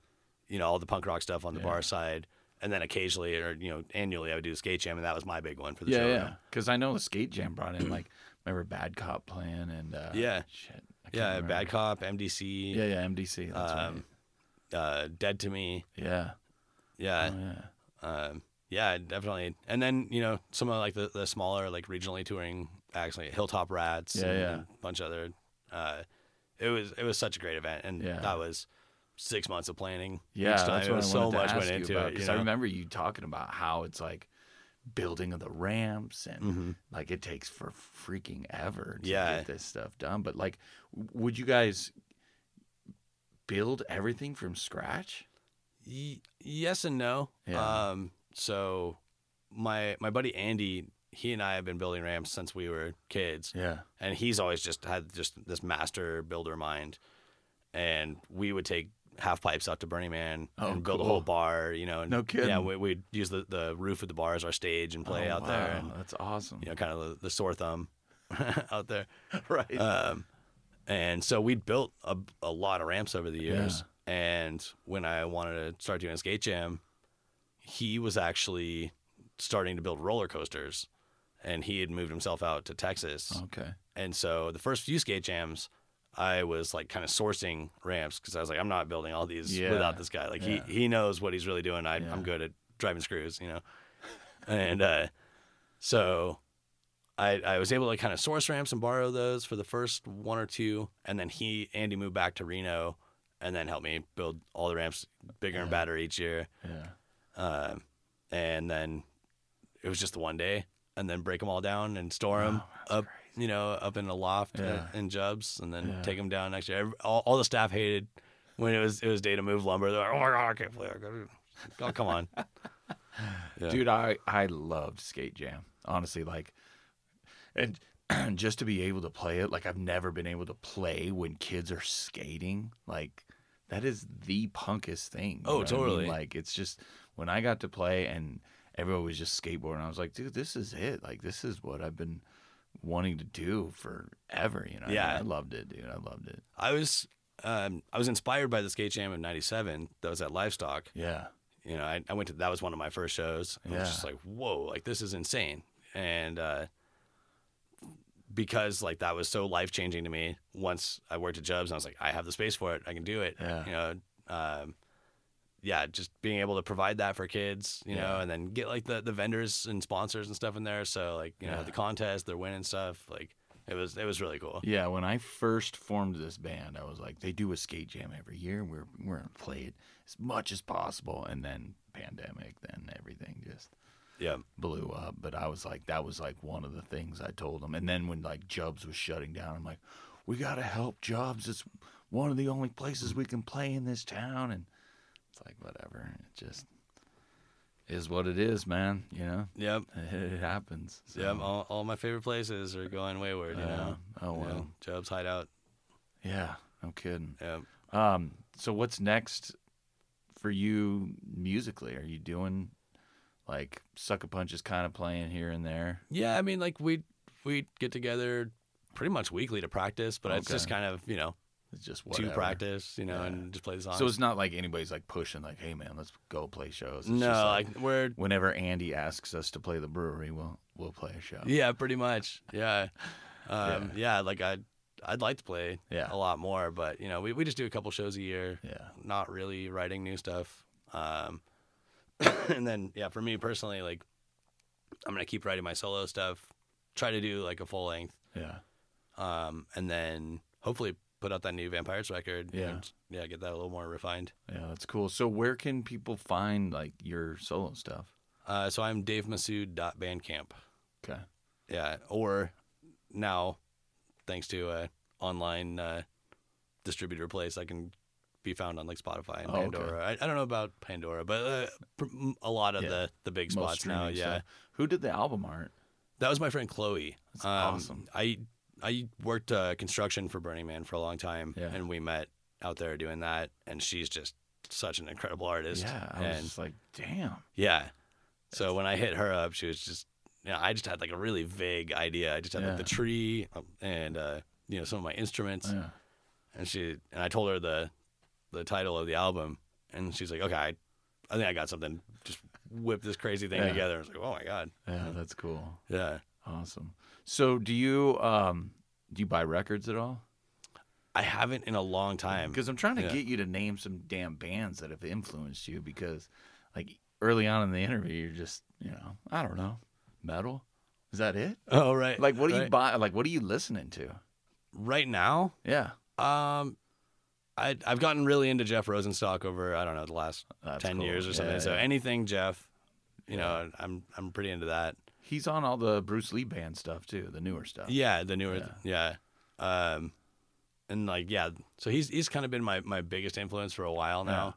Speaker 3: you know, all the punk rock stuff on the
Speaker 2: Yeah.
Speaker 3: bar side, and then occasionally or you know annually I would do the skate jam, and that was my big one for the
Speaker 2: yeah,
Speaker 3: show. you
Speaker 2: yeah.
Speaker 3: know.
Speaker 2: Because I know the skate jam brought in like remember Bad Cop playing and uh,
Speaker 3: Yeah.
Speaker 2: shit. I can't
Speaker 3: yeah,
Speaker 2: remember.
Speaker 3: Bad Cop, MDC,
Speaker 2: Yeah, yeah, MDC. That's right.
Speaker 3: um, uh, Dead to Me,
Speaker 2: Yeah.
Speaker 3: yeah.
Speaker 2: oh, yeah.
Speaker 3: um, yeah, definitely. And then you know some of like the, the smaller like regionally touring acts like Hilltop Rats,
Speaker 2: Yeah,
Speaker 3: and,
Speaker 2: yeah.
Speaker 3: and a bunch of other. Uh, it was it was such a great event, and
Speaker 2: Yeah.
Speaker 3: that was six months of planning.
Speaker 2: Yeah,
Speaker 3: each time.
Speaker 2: that's
Speaker 3: it
Speaker 2: what
Speaker 3: was
Speaker 2: I
Speaker 3: so
Speaker 2: wanted to
Speaker 3: much
Speaker 2: ask
Speaker 3: went
Speaker 2: you
Speaker 3: into
Speaker 2: about,
Speaker 3: it. You
Speaker 2: 'cause
Speaker 3: know?
Speaker 2: I remember you talking about how it's like building of the ramps and
Speaker 3: Mhm.
Speaker 2: like it takes for freaking ever to
Speaker 3: Yeah.
Speaker 2: get this stuff done. But like, w- would you guys build everything from scratch?
Speaker 3: Y- yes and no.
Speaker 2: Yeah.
Speaker 3: Um, so my my buddy Andy, he and I have been building ramps since we were kids.
Speaker 2: Yeah,
Speaker 3: and he's always just had just this master builder mind. And we would take half pipes out to Burning Man
Speaker 2: Oh,
Speaker 3: and build
Speaker 2: cool.
Speaker 3: a whole bar, you know. And,
Speaker 2: No
Speaker 3: Yeah,
Speaker 2: kidding.
Speaker 3: we, we'd use the, the roof of the bar as our stage and play
Speaker 2: Oh,
Speaker 3: out there,
Speaker 2: wow,
Speaker 3: and
Speaker 2: that's awesome.
Speaker 3: you know, kind of the, the sore thumb out there.
Speaker 2: right.
Speaker 3: Um, and so we built a, a lot of ramps over the years. And when I wanted to start doing skate jam, he was actually starting to build roller coasters, and he had moved himself out to Texas.
Speaker 2: Okay.
Speaker 3: And so the first few skate jams, I was like kind of sourcing ramps because I was like, I'm not building all these
Speaker 2: Yeah.
Speaker 3: without this guy. Like
Speaker 2: Yeah.
Speaker 3: he he knows what he's really doing. I,
Speaker 2: Yeah.
Speaker 3: I'm good at driving screws, you know. and uh, so I I was able to kind of source ramps and borrow those for the first one or two, and then he Andy moved back to Reno, and then helped me build all the ramps bigger and
Speaker 2: Yeah.
Speaker 3: badder each year.
Speaker 2: Yeah.
Speaker 3: Um, and then it was just the one day, and then break them all down and store them
Speaker 2: Wow, that's
Speaker 3: up, you know, up in the loft uh,
Speaker 2: Yeah.
Speaker 3: in, in Jubs, and then
Speaker 2: Yeah.
Speaker 3: take them down next year. Every, all, all the staff hated when it was it was day to move lumber. They're like, "Oh my god, I can't play! I gotta- Oh, come on!" Yeah.
Speaker 2: Dude, I I loved Skate Jam. Honestly, like and just to be able to play it, like I've never been able to play when kids are skating. Like that is the punkest thing. you
Speaker 3: Oh,
Speaker 2: know what I mean?
Speaker 3: totally.
Speaker 2: Like it's just when I got to play and everyone was just skateboarding, I was like, dude, this is it. Like this is what I've been wanting to do forever, you know. what I mean?
Speaker 3: Yeah.
Speaker 2: I loved it, dude. I loved it.
Speaker 3: I was um, I was inspired by the skate jam in '97 that was at Livestock.
Speaker 2: Yeah.
Speaker 3: You know, I, I went to that was one of my first shows. And I was
Speaker 2: Yeah.
Speaker 3: just like, whoa, like this is insane. And uh, because like that was so life changing to me. Once I worked at Jobs, and I was like, I have the space for it. I can do it.
Speaker 2: Yeah.
Speaker 3: You know, um, yeah, just being able to provide that for kids. You know,
Speaker 2: Yeah.
Speaker 3: and then get like the the vendors and sponsors and stuff in there. So like you know
Speaker 2: Yeah.
Speaker 3: the contest, they're winning stuff. Like it was it was really cool.
Speaker 2: Yeah, when I first formed this band, I was like, they do a skate jam every year. We're we're gonna play it as much as possible. And then pandemic, then everything just
Speaker 3: Yeah.
Speaker 2: blew up. But I was like, that was like one of the things I told them. And then when like Jubs was shutting down, I'm like, we gotta help Jubs. It's one of the only places we can play in this town. And it's like whatever. It just is what it is, man. You know,
Speaker 3: Yep.
Speaker 2: it happens. So,
Speaker 3: Yep. All, all my favorite places are going wayward. You
Speaker 2: uh,
Speaker 3: know.
Speaker 2: oh
Speaker 3: You
Speaker 2: well.
Speaker 3: know, Jobs hideout.
Speaker 2: Yeah. No kidding.
Speaker 3: Yep.
Speaker 2: Um, so what's next for you musically? Are you doing like sucker punch is kind of playing here and there?
Speaker 3: Yeah, I mean, like we we get together pretty much weekly to practice, but it's just
Speaker 2: Okay.
Speaker 3: kind of you know
Speaker 2: It's just
Speaker 3: to
Speaker 2: whatever.
Speaker 3: practice, you know,
Speaker 2: Yeah.
Speaker 3: and just play the songs.
Speaker 2: So it's not like anybody's like pushing like, hey man, let's go play shows. It's
Speaker 3: no,
Speaker 2: just
Speaker 3: like, we're
Speaker 2: whenever Andy asks us to play the brewery, we'll we'll play a show.
Speaker 3: yeah, pretty much yeah, um, yeah. Like I I'd like to play
Speaker 2: Yeah.
Speaker 3: a lot more, but you know we we just do a couple shows a year,
Speaker 2: Yeah.
Speaker 3: not really writing new stuff. Um, and then yeah, for me personally, like I'm gonna keep writing my solo stuff, try to do like a full length.
Speaker 2: Yeah.
Speaker 3: um, and then hopefully put out that new Vampires record.
Speaker 2: Yeah.
Speaker 3: and, yeah, get that a little more refined.
Speaker 2: Yeah, that's cool. So where can people find like your solo stuff?
Speaker 3: Uh, so I'm DaveMassoud.bandcamp.
Speaker 2: Okay.
Speaker 3: Yeah, or now, thanks to a online uh, distributor place, I can be found on like Spotify and
Speaker 2: Oh, okay.
Speaker 3: Pandora. I, I don't know about Pandora, but uh, pr- m- a lot of
Speaker 2: Yeah.
Speaker 3: the the big
Speaker 2: Most
Speaker 3: spots now.
Speaker 2: streaming
Speaker 3: Yeah,
Speaker 2: stuff. Who did the album art?
Speaker 3: that was my friend Chloe. Um,
Speaker 2: That's awesome.
Speaker 3: I I worked uh, construction for Burning Man for a long time,
Speaker 2: Yeah.
Speaker 3: and we met out there doing that. And she's just such an incredible artist.
Speaker 2: yeah. I was
Speaker 3: and
Speaker 2: just like, damn.
Speaker 3: yeah. So when I hit her up, she was just, you know, I just had like a really vague idea. I just had like the
Speaker 2: Yeah.
Speaker 3: tree um, and uh, you know some of my instruments,
Speaker 2: Yeah.
Speaker 3: and she and I told her the the title of the album, and she's like, okay, I, I think I got something. Just whip this crazy thing
Speaker 2: Yeah.
Speaker 3: together. I was like, oh my god,
Speaker 2: Yeah, that's cool.
Speaker 3: yeah.
Speaker 2: Awesome. So do you um do you buy records at all?
Speaker 3: I haven't in a long time.
Speaker 2: Because I'm trying to
Speaker 3: yeah.
Speaker 2: get you to name some damn bands that have influenced you. Because like early on in the interview, you're just you know I don't know metal. Is that it?
Speaker 3: Oh right.
Speaker 2: Like what do you
Speaker 3: right.
Speaker 2: buy? Like what are you listening to?
Speaker 3: right now?
Speaker 2: Yeah,
Speaker 3: Um, I I've gotten really into Jeff Rosenstock over I don't know the last
Speaker 2: That's
Speaker 3: ten
Speaker 2: cool.
Speaker 3: years or
Speaker 2: Yeah,
Speaker 3: something. So
Speaker 2: yeah.
Speaker 3: anything Jeff, you know, I'm I'm pretty into that.
Speaker 2: he's on all the Bruce Lee band stuff too, the newer stuff.
Speaker 3: Yeah, the newer, yeah. Um, and like yeah, so he's he's kind of been my my biggest influence for a while now.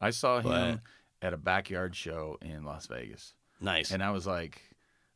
Speaker 2: I saw
Speaker 3: But-
Speaker 2: him at a backyard show in Las Vegas.
Speaker 3: Nice.
Speaker 2: And I was like,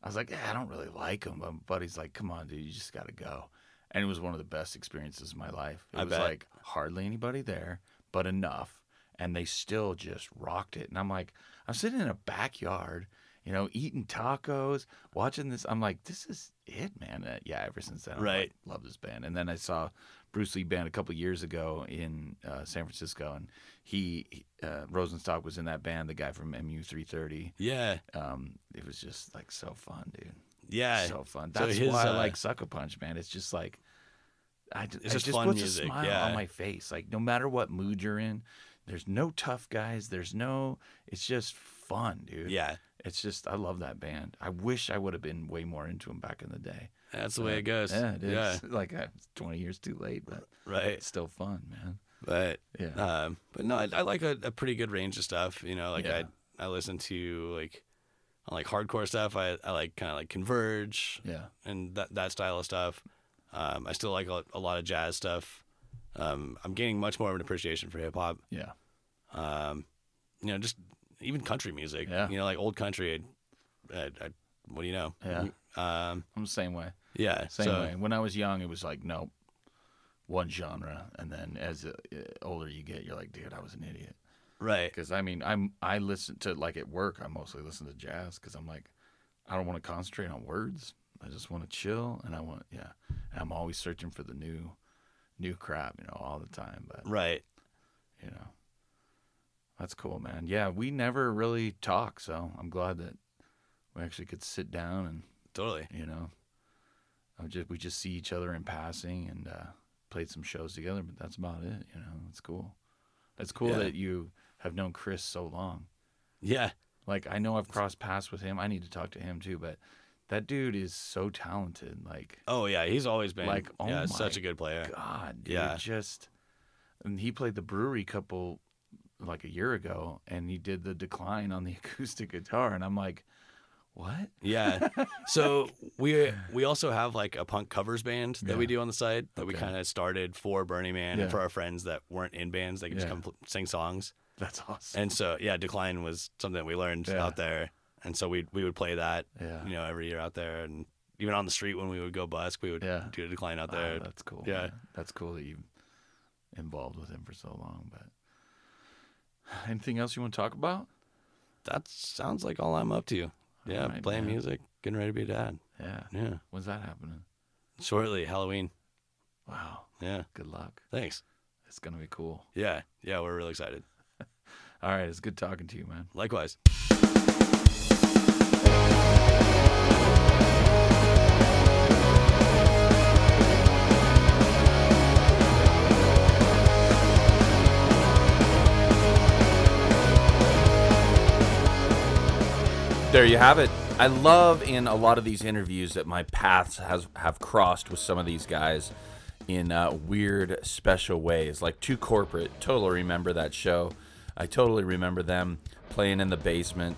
Speaker 2: I was like, "Yeah, I don't really like him. But my buddy's like, come on, dude, you just got to go. And it was one of the best experiences of my life. It
Speaker 3: I
Speaker 2: was
Speaker 3: bet.
Speaker 2: like hardly anybody there, but enough. And they still just rocked it. And I'm like, I'm sitting in a backyard, you know, eating tacos, watching this. I'm like, this is it, man. Uh, yeah, ever since then, I
Speaker 3: Right.
Speaker 2: like, love this band. And then I saw Bruce Lee band a couple years ago in uh, San Francisco, and he he- uh, Rosenstock was in that band. The guy from MU three thirty.
Speaker 3: Yeah,
Speaker 2: Um, it was just like so fun, dude.
Speaker 3: yeah.
Speaker 2: So fun.
Speaker 3: So
Speaker 2: That's
Speaker 3: his,
Speaker 2: why
Speaker 3: uh,
Speaker 2: I like Sucker Punch, man. It's just like I, it's
Speaker 3: just
Speaker 2: just,
Speaker 3: fun
Speaker 2: puts
Speaker 3: music,
Speaker 2: a smile
Speaker 3: yeah.
Speaker 2: on my face. Like no matter what mood you're in, there's no tough guys. There's no. It's just fun, dude.
Speaker 3: yeah,
Speaker 2: It's just I love that band. I wish I would have been way more into them back in the day.
Speaker 3: that's the way it goes.
Speaker 2: Yeah, it is. Like I, it's 20 years too late, but
Speaker 3: right.
Speaker 2: it's still fun, man.
Speaker 3: But
Speaker 2: Yeah.
Speaker 3: Um, but no, I, I like a, a pretty good range of stuff. You know, like
Speaker 2: Yeah.
Speaker 3: I I listen to like I like hardcore stuff. I, I like kind of like Converge
Speaker 2: yeah.
Speaker 3: and that that style of stuff. Um, I still like a, a lot of jazz stuff. Um, I'm gaining much more of an appreciation for hip hop.
Speaker 2: Yeah.
Speaker 3: Um, you know, just even country music.
Speaker 2: Yeah.
Speaker 3: You know, like old country. I, I, I, what do you know?
Speaker 2: Yeah.
Speaker 3: Um,
Speaker 2: I'm the same way.
Speaker 3: yeah.
Speaker 2: Same
Speaker 3: so,
Speaker 2: way. When I was young, it was like, nope, one genre. And then as uh, older you get, you're like, dude, I was an idiot.
Speaker 3: Right.
Speaker 2: Because I mean, I'm I listen to like at work, I mostly listen to jazz because I'm like, I don't want to concentrate on words. I just want to chill, and I want yeah. And I'm always searching for the new, new crap, you know, all the time. But
Speaker 3: Right.
Speaker 2: you know that's cool man yeah we never really talk so i'm glad that we actually could sit down
Speaker 3: Totally.
Speaker 2: and you know i just we just see each other in passing and uh played some shows together but that's about it you know it's cool it's cool
Speaker 3: Yeah.
Speaker 2: that you have known chris so long
Speaker 3: Yeah.
Speaker 2: like i know i've crossed paths with him i need to talk to him too but that dude is so talented like
Speaker 3: Oh yeah. He's always been
Speaker 2: Like, oh
Speaker 3: yeah,
Speaker 2: my
Speaker 3: such a good player.
Speaker 2: God, dude,
Speaker 3: Yeah.
Speaker 2: just and he played the brewery couple like a year ago and he did the decline on the acoustic guitar and I'm like, What?
Speaker 3: Yeah. So we we also have like a punk covers band that we
Speaker 2: Yeah.
Speaker 3: do on the side that we
Speaker 2: Okay.
Speaker 3: kind of started for Burning Man
Speaker 2: Yeah.
Speaker 3: and for our friends that weren't in bands. They could just
Speaker 2: Yeah.
Speaker 3: come pl- sing songs.
Speaker 2: That's awesome.
Speaker 3: And so yeah, Decline was something that we learned
Speaker 2: Yeah.
Speaker 3: out there. And so we we would play that
Speaker 2: yeah.
Speaker 3: you know every year out there and even on the street when we would go busk we would
Speaker 2: Yeah. Ah,
Speaker 3: do a Decline out
Speaker 2: Wow,
Speaker 3: there.
Speaker 2: that's cool.
Speaker 3: yeah.
Speaker 2: man. That's cool that you've involved with him for so long, but anything else you want to talk about?
Speaker 3: that sounds like all I'm up to. Yeah,
Speaker 2: right,
Speaker 3: playing
Speaker 2: man.
Speaker 3: music, getting ready to be a dad.
Speaker 2: Yeah.
Speaker 3: Yeah,
Speaker 2: When's that happening?
Speaker 3: shortly Halloween.
Speaker 2: Wow.
Speaker 3: Yeah,
Speaker 2: Good luck.
Speaker 3: thanks.
Speaker 2: It's gonna be cool.
Speaker 3: Yeah, yeah, we're really excited.
Speaker 2: All right, it's good talking to you, man.
Speaker 3: Likewise.
Speaker 1: There you have it. I love in a lot of these interviews that my paths has have crossed with some of these guys in uh, weird, special ways. Like Too Corporate, totally remember that show. I totally remember them playing in the basement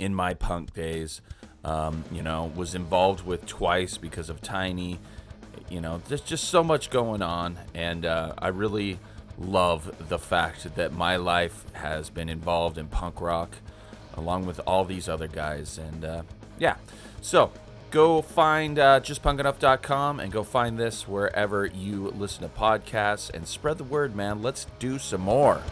Speaker 1: in my punk days. Um, you know, was involved with twice because of Tiny. You know, there's just so much going on, and uh, I really love the fact that my life has been involved in punk rock, along with all these other guys. And uh, yeah, so go find uh, justpunkenough.com and go find this wherever you listen to podcasts and spread the word, man. Let's do some more.